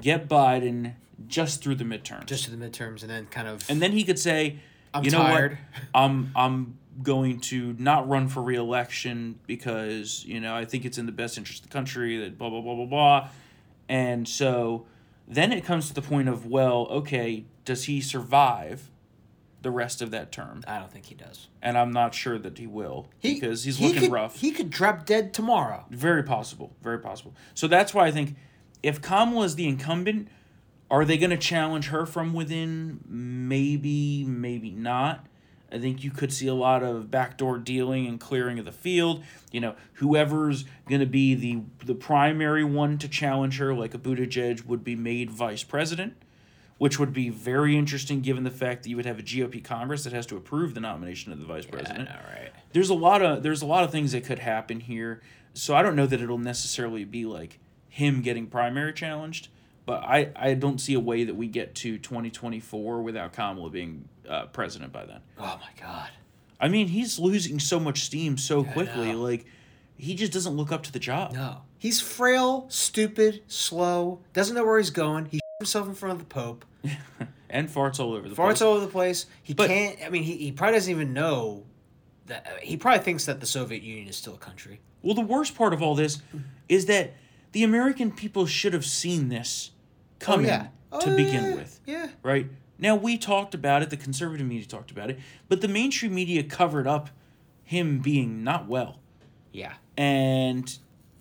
A: get Biden just through the midterms.
B: just to the midterms and then kind of
A: and then he could say,
B: I'm
A: "You know
B: tired."
A: what? I'm I'm going to not run for reelection because you know I think it's in the best interest of the country." That blah blah blah blah blah, and so then it comes to the point of well, okay, does he survive the rest of that term?
B: I don't think he does
A: And I'm not sure that he will
B: he,
A: because he's
B: he
A: looking
B: could-
A: rough.
B: He could drop dead tomorrow.
A: Very possible. Very possible. So that's why I think if Kamala is the incumbent, are they going to challenge her from within? Maybe, maybe not. I think you could see a lot of backdoor dealing and clearing of the field. You know, whoever's going to be the the primary one to challenge her, like a Buttigieg, would be made vice president, which would be very interesting given the fact that you would have a GOP Congress that has to approve the nomination of the vice president
B: All right.
A: there's a lot of there's a lot of things that could happen here. So I don't know that it'll necessarily be like him getting primary challenged, but I I don't see a way that we get to 2024 without Kamala being uh, president by then.
B: Oh my God.
A: I mean, he's losing so much steam so quickly.
B: know.
A: Like he just doesn't look up to the job.
B: No. He's frail, stupid, slow, doesn't know where he's going. He himself in front of the Pope.
A: And farts all over the
B: Farts
A: place.
B: all over the place. He
A: But-
B: can't. I mean, he, he probably doesn't even know that. I mean, he probably thinks that the Soviet Union is still a country.
A: Well, the worst part of all this is that the American people should have seen this coming to
B: Oh,
A: begin
B: yeah.
A: with.
B: Yeah.
A: right? Now we talked about it, the conservative media talked about it, but the mainstream media covered up him being not well.
B: Yeah.
A: And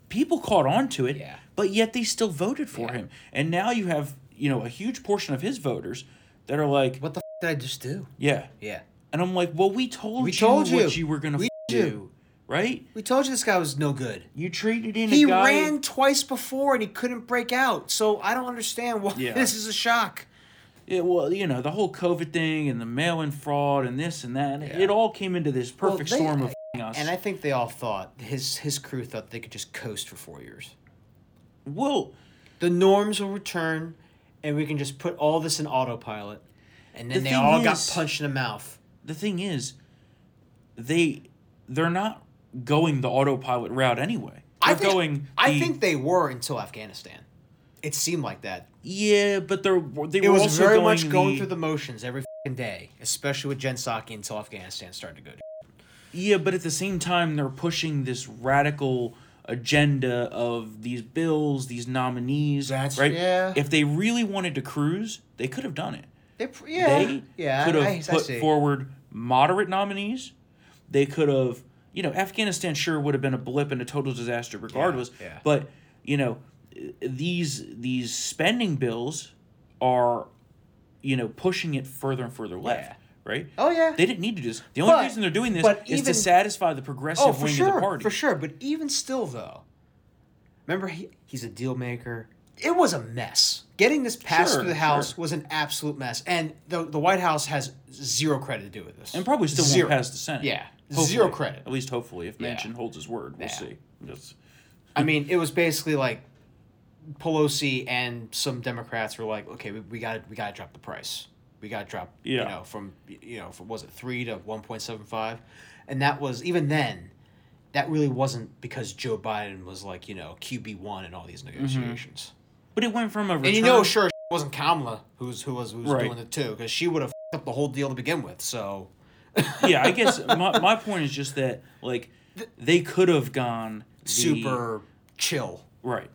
A: people caught on to it,
B: Yeah.
A: but yet they still voted for
B: Yeah.
A: him. And now you have, you know, a huge portion of his voters that are like,
B: What the f- did I just do?
A: yeah.
B: Yeah.
A: And I'm like, "Well, we told
B: We
A: you
B: told
A: what
B: you.
A: you were going to
B: We told you.
A: do." Right?
B: We told you this guy was no good.
A: You traded in
B: He
A: a guy
B: ran twice before and he couldn't break out. So I don't understand why
A: Yeah.
B: this is a shock.
A: Yeah, well, you know, the whole COVID thing and the mail-in fraud and this and that.
B: Yeah.
A: It all came into this
B: Well,
A: perfect
B: they-
A: storm of us.
B: And I think they all thought his his crew thought they could just coast for four years.
A: well,
B: The norms will return, and we can just put all this in autopilot. And then
A: The
B: they
A: thing
B: all got
A: is-
B: punched in the mouth.
A: the thing is they they're not going the autopilot route anyway they're
B: I think,
A: going
B: I
A: the-
B: think they were until Afghanistan. It seemed like that.
A: yeah but they're they
B: It
A: were
B: was
A: also
B: very
A: going
B: much going
A: the,
B: through the motions every fing day, especially with Jen Psaki until Afghanistan started to go. to-
A: yeah but at the same time they're pushing this radical agenda of these bills these nominees
B: That's-
A: right
B: yeah.
A: if they really wanted to cruise they could have done it
B: They, pr- yeah,
A: they
B: yeah,
A: could have
B: I, I, I
A: put
B: see.
A: forward moderate nominees. They could have, you know, Afghanistan sure would have been a blip and a total disaster regardless.
B: yeah.
A: But you know, eh, these these spending bills are, you know, pushing it further and further left.
B: Yeah.
A: Right.
B: Oh yeah,
A: They didn't need to do this. The only
B: But-
A: reason they're doing this
B: but
A: is to
B: even-
A: satisfy the progressive
B: oh, for
A: wing
B: sure,
A: of the party.
B: For sure, but even still, though, remember he, he's a deal maker. It was a mess. Getting this passed
A: Sure,
B: through the House
A: sure.
B: was an absolute mess, and the the White House has zero credit to do with this.
A: And probably still
B: Zero.
A: won't pass the Senate.
B: Yeah,
A: Hopefully.
B: zero credit.
A: At least hopefully, if Manchin holds his word, we'll
B: Yeah.
A: see. That's-
B: I mean, it was basically like Pelosi and some Democrats were like, "Okay, we, we got we got to drop the price. We got to drop, you
A: Yeah.
B: know, from you know, from was it three to one point seven five, and that was even then." That really wasn't because Joe Biden was like you know QB one in all these negotiations.
A: but it went from a return,
B: And you know, sure, it wasn't Kamala who's who was who was
A: Right.
B: doing it too, because she would have up the whole deal to begin with. So
A: yeah, I guess my, my point is just that like they could have gone the-
B: super chill.
A: right.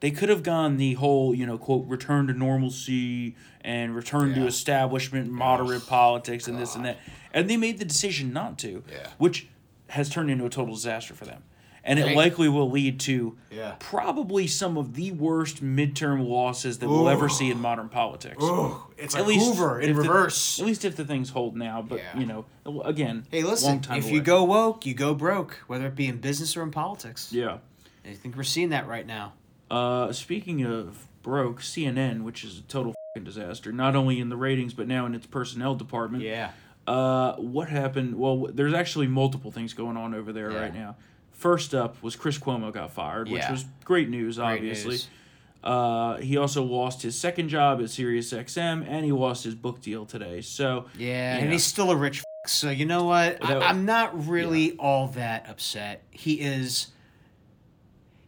A: They could have gone the whole you know quote return to normalcy and return to
B: Yeah.
A: establishment moderate politics and this and that, and they made the decision not to,
B: Yeah.
A: which has turned into a total disaster for them. and it
B: Right.
A: likely will lead to
B: Yeah.
A: probably some of the worst midterm losses that we'll ever see in modern politics.
B: Oh, it's
A: At
B: like
A: least
B: Hoover in
A: if the-
B: reverse.
A: At least if the things hold now, but
B: Yeah.
A: you know, again,
B: hey, listen,
A: long time
B: if
A: away.
B: you go woke, you go broke, whether it be in business or in politics.
A: yeah.
B: I think we're seeing that right now.
A: Uh, speaking of broke, CNN, which is a total fing disaster, not only in the ratings but now in its personnel department.
B: Yeah.
A: Uh, what happened? Well, w- there's actually multiple things going on over there
B: Yeah.
A: right now. First up was Chris Cuomo got fired, which
B: Yeah.
A: was great news, obviously.
B: news.
A: Uh, he also lost his second job at SiriusXM, and he lost his book deal today. So
B: Yeah,
A: you
B: and
A: know,
B: he's still a rich. F- so you know what?
A: Without-
B: I, I'm not really all that upset. He is.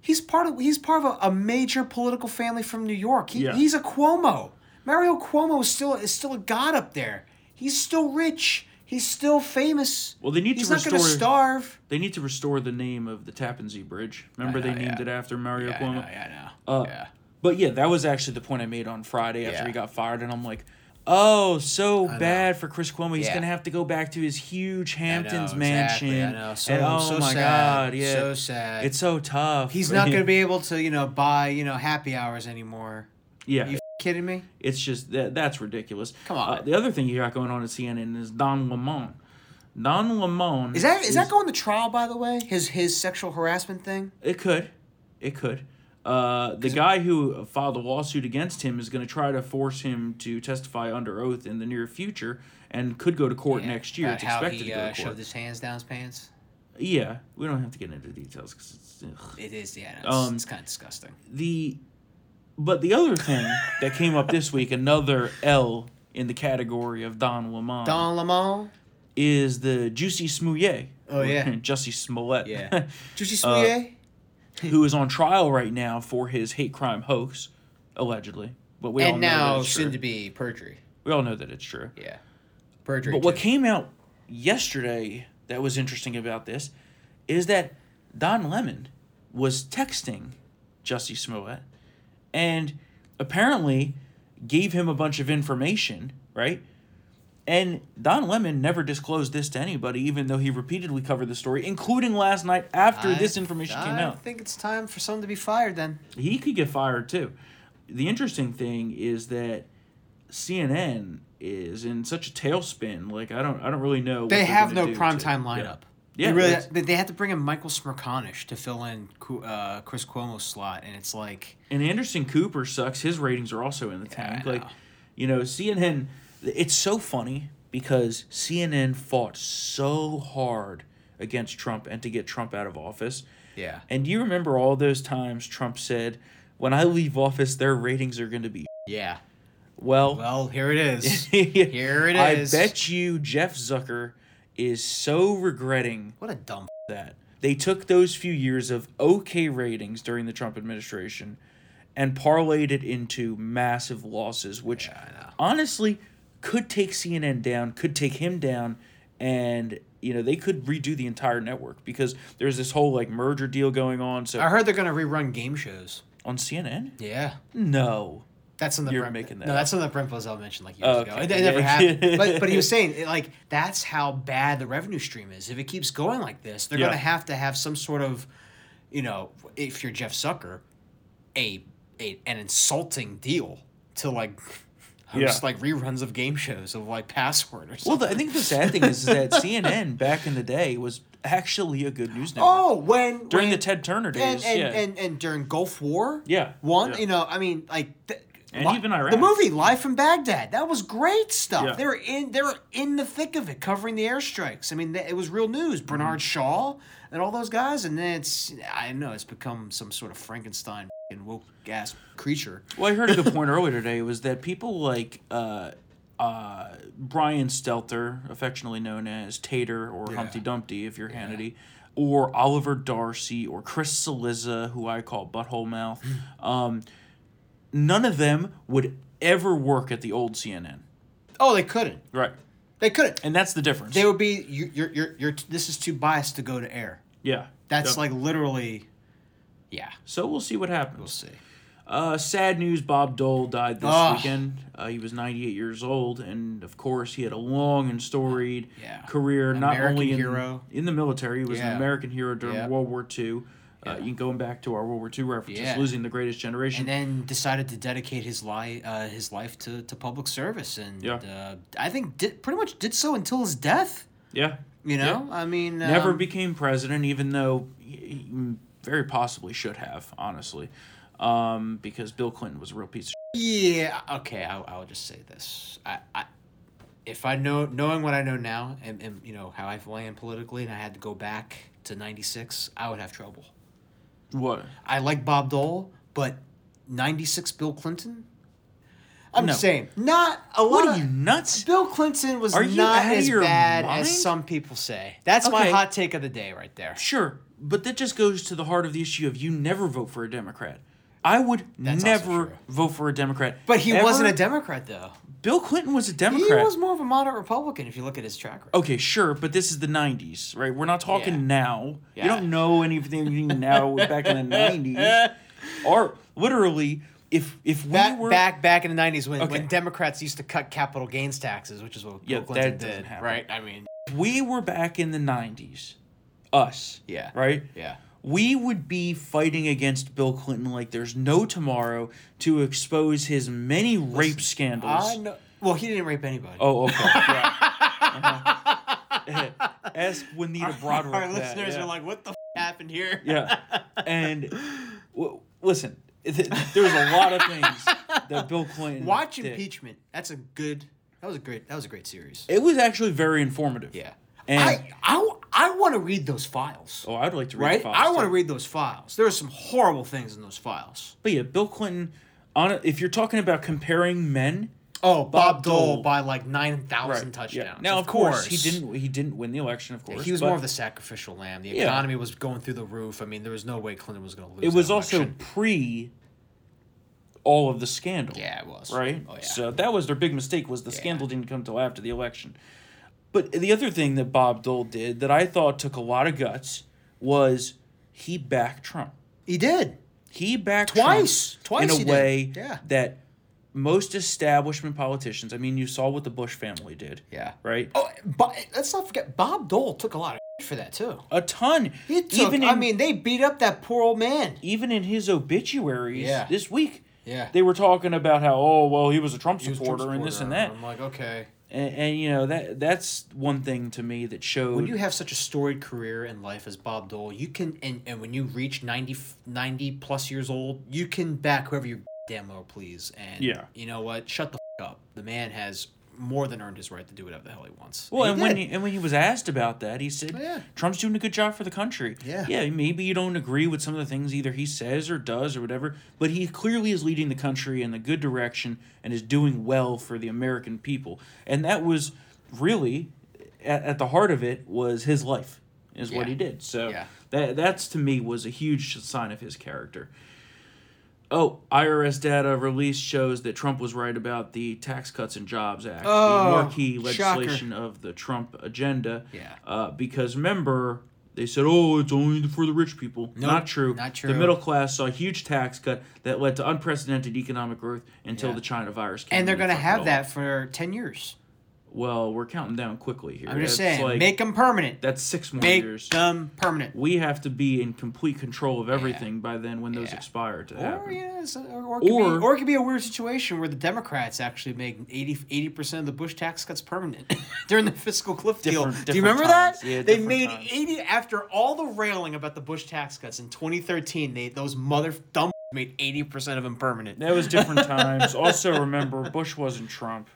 B: He's part of he's part of a, a major political family from New York. He,
A: Yeah.
B: He's a Cuomo. Mario Cuomo is still is still a god up there. He's still rich. He's still famous.
A: Well, they need
B: he's
A: to
B: not going to
A: restore-
B: starve.
A: they need to restore the name of the Tappan Zee Bridge. Remember
B: know,
A: they named
B: yeah.
A: it after Mario
B: Yeah, I
A: Cuomo.
B: know. Yeah, I know.
A: Uh,
B: yeah.
A: But yeah, that was actually the point I made on Friday after
B: Yeah.
A: he got fired, and I'm like, oh, so bad for Chris Cuomo. He's
B: Yeah.
A: gonna have to go back to his huge Hamptons
B: exactly,
A: mansion.
B: I know. So-
A: and, oh
B: so
A: my
B: sad,
A: god, yeah,
B: so sad.
A: It's so tough.
B: He's not going to be able to you know buy you know happy hours anymore.
A: Yeah,
B: You f- kidding me?
A: it's just that that's ridiculous.
B: Come on.
A: Uh, the other thing you got going on at CNN is Don Lemon. Don Lemon
B: Is that is that going to trial? By the way, his his sexual harassment thing.
A: It could. It could. Uh, the guy who filed a lawsuit against him is going to try to force him to testify under oath in the near future and could go to court next year.
B: About
A: It's
B: how
A: expected
B: he
A: to go
B: uh,
A: to court.
B: shoved his hands down his pants.
A: yeah, we don't have to get into details because it's ugh.
B: It is yeah, no, it's,
A: Um,
B: it's kind of disgusting.
A: the. But the other thing that came up this week, another L in the category of Don Lemon,
B: Don Lemon.
A: is the Juicy Smouillet.
B: Oh, yeah.
A: Jussie Smollett. uh,
B: Juicy Smouillet.
A: who is on trial right now for his hate crime hoax, allegedly. But we all
B: and
A: know that
B: now
A: it's
B: soon
A: true.
B: to be perjury.
A: we all know that it's true.
B: Yeah. Perjury.
A: But what
B: too.
A: came out yesterday that was interesting about this is that Don Lemon was texting Jussie Smollett and apparently gave him a bunch of information, right? And Don Lemon never disclosed this to anybody, even though he repeatedly covered the story, including last night after
B: I-
A: this information came
B: I
A: out.
B: think it's time for someone to be fired then.
A: he could get fired too. The interesting thing is that CNN is in such a tailspin. Like I don't, I don't really know. what
B: They
A: they're
B: have
A: gonna
B: no
A: do
B: prime
A: to-
B: time
A: yeah.
B: lineup.
A: Yeah,
B: they really.
A: that's-
B: They, they had to bring in Michael Smirkanish to fill in Cu- uh, Chris Cuomo's slot, and it's like
A: And Anderson Cooper sucks. His ratings are also in the tank.
B: I
A: like,
B: know.
A: you know, CNN. It's so funny because CNN fought so hard against Trump and to get Trump out of office.
B: yeah,
A: And do you remember all those times Trump said, "When I leave office, their ratings are going to be
B: yeah.
A: well."
B: Well, here it is.
A: Here
B: it is.
A: I bet you Jeff Zucker is so regretting
B: what a dumb.
A: that. They took those few years of okay ratings during the Trump administration and parlayed it into massive losses, which honestly could take CNN down, could take him down, and you know they could redo the entire network because there's this whole like merger deal going on. So
B: I heard they're gonna rerun game shows.
A: on CNN,
B: Yeah.
A: no,
B: That's something
A: You're
B: Brent,
A: making that
B: No,
A: up.
B: that's something that Brent Bozell mentioned like years ago.
A: Okay,
B: It, it never
A: yeah.
B: happened. but, but he was saying it, like that's how bad the revenue stream is. If it keeps going like this, they're
A: Yeah.
B: gonna have to have some sort of, you know, if you're Jeff Zucker, a, a an insulting deal to like host
A: Yeah.
B: like reruns of game shows of like password or
A: Well,
B: something.
A: the, I think the sad thing is that CNN back in the day was actually a good news network.
B: oh, when
A: During
B: when-
A: the Ted Turner
B: and
A: days,
B: and,
A: yeah.
B: and and during Gulf War.
A: Yeah,
B: One,
A: yeah.
B: you know, I mean, like. Th-
A: And
B: Li-
A: even Iraq.
B: The movie Live from Baghdad. That was great stuff.
A: Yeah.
B: They were in they were in the thick of it, covering the airstrikes. I mean, th- it was real news.
A: Mm-hmm.
B: Bernard Shaw and all those guys, and then it's I know it's become some sort of Frankenstein and woke ass creature.
A: well, I heard a good point earlier today was that people like uh, uh, Brian Stelter, affectionately known as Tater or Humpty Dumpty, if you're Hannity, or Oliver Darcy or Chris Saliza, who I call Butthole Mouth, um, none of them would ever work at the old CNN.
B: Oh, they couldn't.
A: Right.
B: They couldn't.
A: And that's the difference.
B: They would be you. You're you're, you're this is too biased to go to air.
A: yeah.
B: That's
A: Yep.
B: like literally. Yeah,
A: So we'll see what happens.
B: we'll see.
A: Uh, sad news: Bob Dole died this
B: Ugh.
A: weekend. Uh, he was 98 years old, and of course, he had a long and storied
B: Yeah.
A: career. not
B: American
A: only in,
B: hero.
A: in the military, he was an
B: Yeah.
A: American hero during
B: Yeah.
A: World War II. Uh, you going back to our World War II references,
B: Yeah.
A: losing the Greatest Generation.
B: and then decided to dedicate his life uh, his life to, to public service and
A: Yeah.
B: uh, I think did, pretty much did so until his death.
A: yeah,
B: You know, I mean,
A: never
B: um,
A: became president, even though he, he very possibly should have, honestly, um, because Bill Clinton was a real piece of.
B: Yeah. Okay. I, I'll just say this. I, I, if I know knowing what I know now and, and you know how I've land politically, and I had to go back to '96, I would have trouble.
A: Shit. What?
B: I like Bob Dole, but '96 Bill Clinton. I'm
A: No.
B: saying not a lot.
A: What are
B: of-
A: you nuts?
B: Bill Clinton was
A: Are you
B: not
A: outta
B: as
A: your
B: bad
A: mind?
B: as some people say. That's my
A: Okay.
B: hot take of the day right there.
A: Sure, but that just goes to the heart of the issue of you never vote for a Democrat. I would
B: That's also true.
A: never vote for a Democrat.
B: But he
A: Ever-
B: wasn't a Democrat though.
A: Bill Clinton was a
B: He
A: Democrat.
B: was more of a moderate Republican if you look at his track record.
A: Okay, sure, but this is the '90s, right? We're not talking
B: Yeah.
A: now. You
B: Yeah.
A: don't know anything now back in the '90s, or literally, if if we
B: Back,
A: were
B: back back in the nineties when,
A: Okay.
B: when Democrats used to cut capital gains taxes, which is what
A: Yeah,
B: Bill Clinton
A: that doesn't
B: did,
A: happen.
B: right? I mean,
A: we were back in the 90s us
B: Yeah.
A: right
B: yeah,
A: we would be fighting against bill clinton like there's no tomorrow to expose his many rape scandals
B: I know. Well, he didn't rape anybody.
A: oh okay yeah. Uh-huh. ask juanita broadway
B: Our
A: that,
B: listeners
A: yeah.
B: are like, "What the f- happened here?"
A: yeah and w- listen th- there was a lot of things that bill clinton
B: Watch
A: did.
B: impeachment. That's a good. That was a great. That was a great series.
A: it was actually very informative
B: Yeah.
A: and
B: I I I want to read those files.
A: oh i'd like to read
B: right?
A: the files,
B: I
A: too.
B: want to read those files. There are some horrible things in those files.
A: But yeah, Bill Clinton. On a, if you're talking about comparing men,
B: Oh, Bob, Dole.
A: Dole.
B: by like nine thousand
A: yeah.
B: touchdowns.
A: Now of course, he didn't. He didn't win the election. Of course,
B: He was
A: but
B: more of the sacrificial lamb. The economy was going through the roof. I mean, there was no way Clinton was going to lose.
A: It was
B: that
A: also
B: election.
A: pre all of the scandal.
B: yeah, it was
A: Right.
B: Oh yeah.
A: So that was their big mistake. Was the scandal didn't come till after the election. But the other thing that Bob Dole did that I thought took a lot of guts was he backed Trump.
B: he did.
A: He backed
B: Twice.
A: Trump
B: Twice
A: in a
B: he did.
A: way
B: Yeah.
A: that most establishment politicians. I mean, you saw what the Bush family did.
B: Yeah.
A: Right.
B: Oh, but let's not forget Bob Dole took a lot of for that too.
A: a ton.
B: He took.
A: even in,
B: I mean, they beat up that poor old man.
A: even in his obituaries
B: Yeah.
A: this week,
B: Yeah.
A: they were talking about how oh well he was a Trump
B: He was a Trump
A: supporter and this and
B: supporter. uh-huh.
A: that,
B: I'm like, okay.
A: and, and you know that that's one thing to me that showed
B: when you have such a storied career in life as Bob Dole, you can and, and when you reach 90, 90 plus years old, you can back whoever you damn well please. And
A: Yeah.
B: you know what? Shut the f- up. The man has more than earned his right to do whatever the hell he wants.
A: well, and when
B: did.
A: he, and when he was asked about that, he said,
B: Oh, yeah.
A: "Trump's doing a good job for the country.
B: Yeah.
A: yeah. Maybe you don't agree with some of the things either he says or does or whatever, but he clearly is leading the country in the good direction and is doing well for the American people. And that was really at, at the heart of it was his life is what
B: Yeah.
A: he did. So
B: Yeah.
A: that that's to me was a huge sign of his character. Oh, IRS data released shows that Trump was right about the Tax Cuts and Jobs Act,
B: Oh,
A: the marquee
B: shocker.
A: legislation of the Trump agenda.
B: Yeah.
A: Uh, because remember, they said, "Oh, it's only for the rich people." not true.
B: not
A: The
B: true.
A: middle class saw a huge tax cut that led to unprecedented economic growth until
B: Yeah.
A: the China virus came.
B: and they're
A: going to
B: have that for 10 years.
A: Well, we're counting down quickly here.
B: I'm just
A: That's
B: saying,
A: like-
B: make them permanent.
A: that's six more
B: Make
A: years.
B: them permanent.
A: We have to be in complete control of everything by then when those
B: Yeah.
A: expire to
B: Or,
A: happen.
B: you know, it's- or, or, it could
A: Or-
B: be, or it could be a weird situation where the Democrats actually make 80 percent of the Bush tax cuts permanent during the fiscal cliff deal.
A: Different-
B: Do you
A: different
B: remember
A: times.
B: that?
A: Yeah,
B: they
A: different
B: made
A: times.
B: eighty after all the railing about the Bush tax cuts in 2013. They those mother dumb made 80 percent of them permanent.
A: That was different times. Also, remember, Bush wasn't Trump.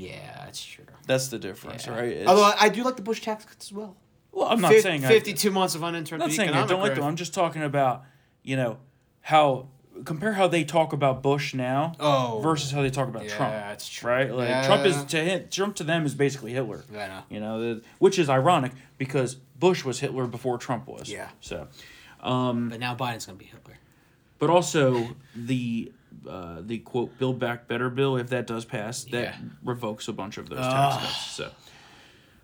B: Yeah, that's true.
A: That's the difference,
B: Yeah.
A: right? It's-
B: Although I, I do like the Bush tax cuts as well.
A: well, I'm not
B: Fif-
A: saying I-
B: 52 months of
A: I'm
B: uninterrupted
A: not saying I
B: economic
A: don't like
B: growth.
A: them. I'm just talking about, you know, how compare how they talk about Bush now
B: Oh.
A: versus how they talk about
B: yeah,
A: Trump,
B: that's true.
A: right? Like
B: Yeah.
A: Trump is to him, Trump to them is basically Hitler.
B: Yeah, I know.
A: You know, the, which is ironic because Bush was Hitler before Trump was.
B: Yeah.
A: So,
B: But now Biden's gonna be Hitler.
A: but also the. Uh, the quote "Build Back Better" bill, if that does pass, that
B: Yeah.
A: revokes a bunch of those tax cuts. So,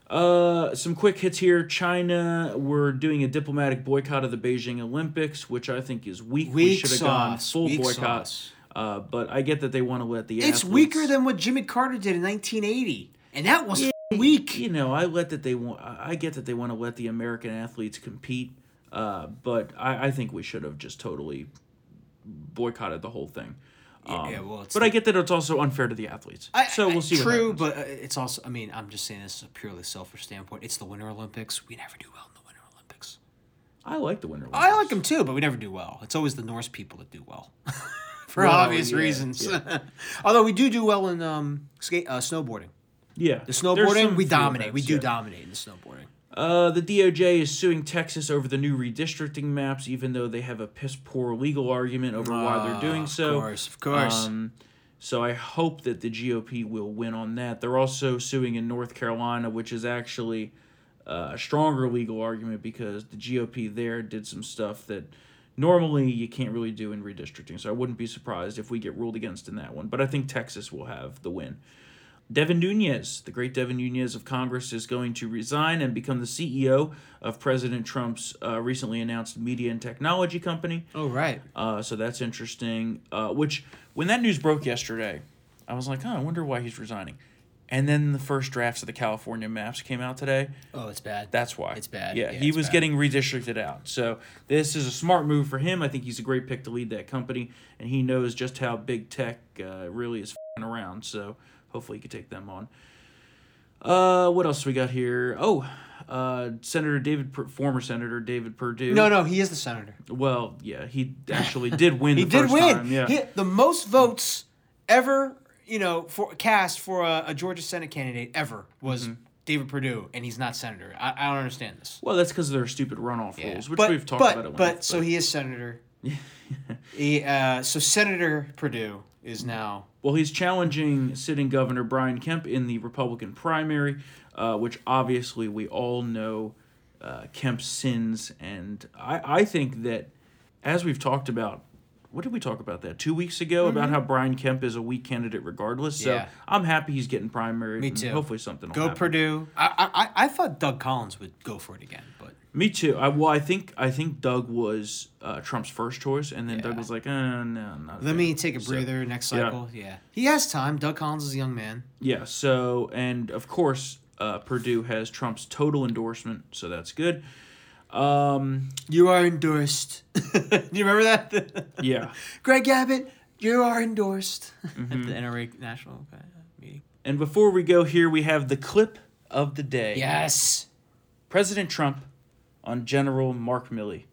A: Uh, some quick hits here. China, we're doing a diplomatic boycott of the Beijing Olympics, which I think is weak. we
B: Weak
A: should have gone
B: sauce,
A: full
B: weak
A: boycott.
B: sauce.
A: Uh, but I get that they want to let the
B: It's
A: athletes-
B: weaker than what Jimmy Carter did in 1980, and that was f***ing weak.
A: you know. I let that they want. I I get that they want to let the American athletes compete. Uh, but I, I think we should have just totally boycotted the whole thing. Um,
B: yeah, well, it's
A: but I get that it's also unfair to the athletes.
B: I-
A: so
B: I-
A: we'll see. what
B: True,
A: happens.
B: but uh, it's also. I mean, I'm just saying this is a purely selfish standpoint. It's the Winter Olympics. We never do well in the Winter Olympics.
A: I like the Winter Olympics.
B: I like them too, but we never do well. It's always the Norse people that do well, for
A: Well,
B: obvious
A: yeah,
B: reasons. Although we do do well in um, skate, uh, snowboarding.
A: Yeah,
B: The
A: There's
B: snowboarding,
A: some
B: we
A: few
B: dominate. we
A: events,
B: do
A: yeah.
B: dominate in the snowboarding.
A: Uh, the DOJ is suing Texas over the new redistricting maps, even though they have a piss poor legal argument over why they're doing so.
B: Ah, Of course, of course.
A: Um, so I hope that the GOP will win on that. They're also suing in North Carolina, which is actually uh, a stronger legal argument because the GOP there did some stuff that normally you can't really do in redistricting. So I wouldn't be surprised if we get ruled against in that one. But I think Texas will have the win. Devin Nunez, the great Devin Nunez of Congress, is going to resign and become the CEO of President Trump's uh, recently announced media and technology company.
B: oh right.
A: Uh, so that's interesting. Uh, which, when that news broke yesterday, I was like, oh, I wonder why he's resigning. And then the first drafts of the California maps came out today.
B: Oh, it's bad.
A: That's why.
B: It's bad.
A: Yeah,
B: Yeah,
A: he
B: it's
A: was
B: bad.
A: getting redistricted out. So this is a smart move for him. I think he's a great pick to lead that company, and he knows just how big tech uh, really is fing around. So hopefully he can take them on. Uh, what else we got here? Oh, uh, Senator David, per- former Senator David Perdue.
B: no, no, he is the senator.
A: Well, yeah, he actually did win.
B: He
A: the
B: did
A: first
B: win.
A: Time. Yeah.
B: He- the most votes ever, you know, for cast for a, a Georgia Senate candidate ever
A: Mm-hmm.
B: was David Perdue, and he's not senator. I, I don't understand this.
A: Well, that's because of their stupid runoff rules, which
B: but,
A: we've talked
B: but,
A: about. At
B: but
A: length,
B: so he is senator. he, uh, so Senator Perdue
A: Mm-hmm.
B: is now
A: well, he's challenging sitting Governor Brian Kemp in the Republican primary, uh, which obviously we all know uh, Kemp sins, and I I think that as we've talked about. What did we talk about that two weeks ago about how Brian Kemp is a weak candidate regardless? So
B: Mm-hmm. Yeah.
A: I'm happy he's getting primary. Me
B: too.
A: Hopefully something will
B: go
A: happen.
B: Purdue. Perdue. I, I I thought Doug Collins would go for it again, but
A: Me too. I well, I think I think Doug was uh, Trump's first choice, and then Doug was like, uh, no, not. a
B: let
A: fan."
B: me take a
A: So-
B: breather next cycle. Yeah. he has time. Doug Collins is a young man.
A: Yeah, so, and of course, uh, Purdue has Trump's total endorsement, so that's good. Um,
B: You are endorsed. Do you remember that?
A: yeah.
B: Greg Abbott, you are endorsed at the NRA national uh, meeting.
A: And before we go here, we have the clip of the day
B: Yes.
A: President Trump on General Mark Milley.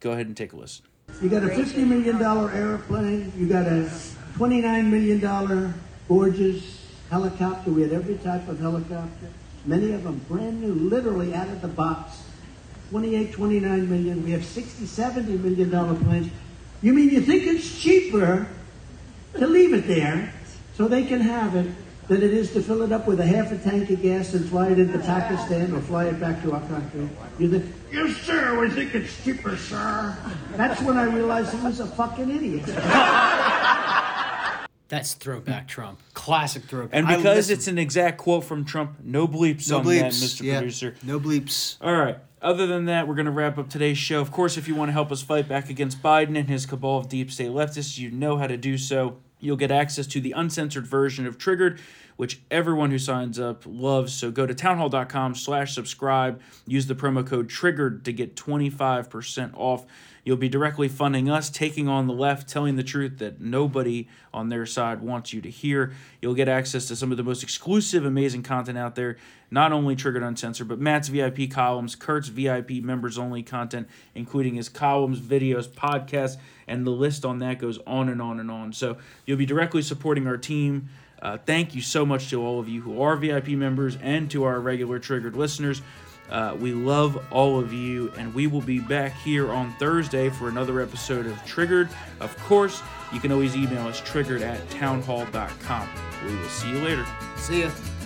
A: Go ahead and take a listen.
C: You got a $50 million airplane, you got a $29 million gorgeous helicopter. We had every type of helicopter, many of them brand new, literally out of the box. 28, 29 million. We have 60, 70 million dollar planes. You mean you think it's cheaper to leave it there so they can have it than it is to fill it up with a half a tank of gas and fly it into Pakistan or fly it back to our country. You think, yes, sir, we think it's cheaper, sir. That's when I realized he was a fucking idiot.
B: That's throwback Trump. Classic throwback.
A: And
B: I
A: because
B: listen-
A: it's an exact quote from Trump, no bleeps
B: no
A: on
B: bleeps.
A: that, Mr.
B: Yeah.
A: Producer.
B: No bleeps.
A: All right. Other than that, we're going to wrap up today's show. Of course, if you want to help us fight back against Biden and his cabal of deep state leftists, you know how to do so. You'll get access to the uncensored version of Triggered, which everyone who signs up loves. So go to townhall.com slash subscribe. Use the promo code TRIGGERED to get 25% off. You'll be directly funding us, taking on the left, telling the truth that nobody on their side wants you to hear. You'll get access to some of the most exclusive, amazing content out there. Not only Triggered Uncensored, but Matt's VIP columns, Kurt's VIP members only content, including his columns, videos, podcasts, and the list on that goes on and on and on. So you'll be directly supporting our team. Uh, thank you so much to all of you who are VIP members and to our regular Triggered listeners. Uh, we love all of you, and we will be back here on Thursday for another episode of Triggered. Of course, you can always email us triggered at townhall.com. We will see you later.
B: See ya.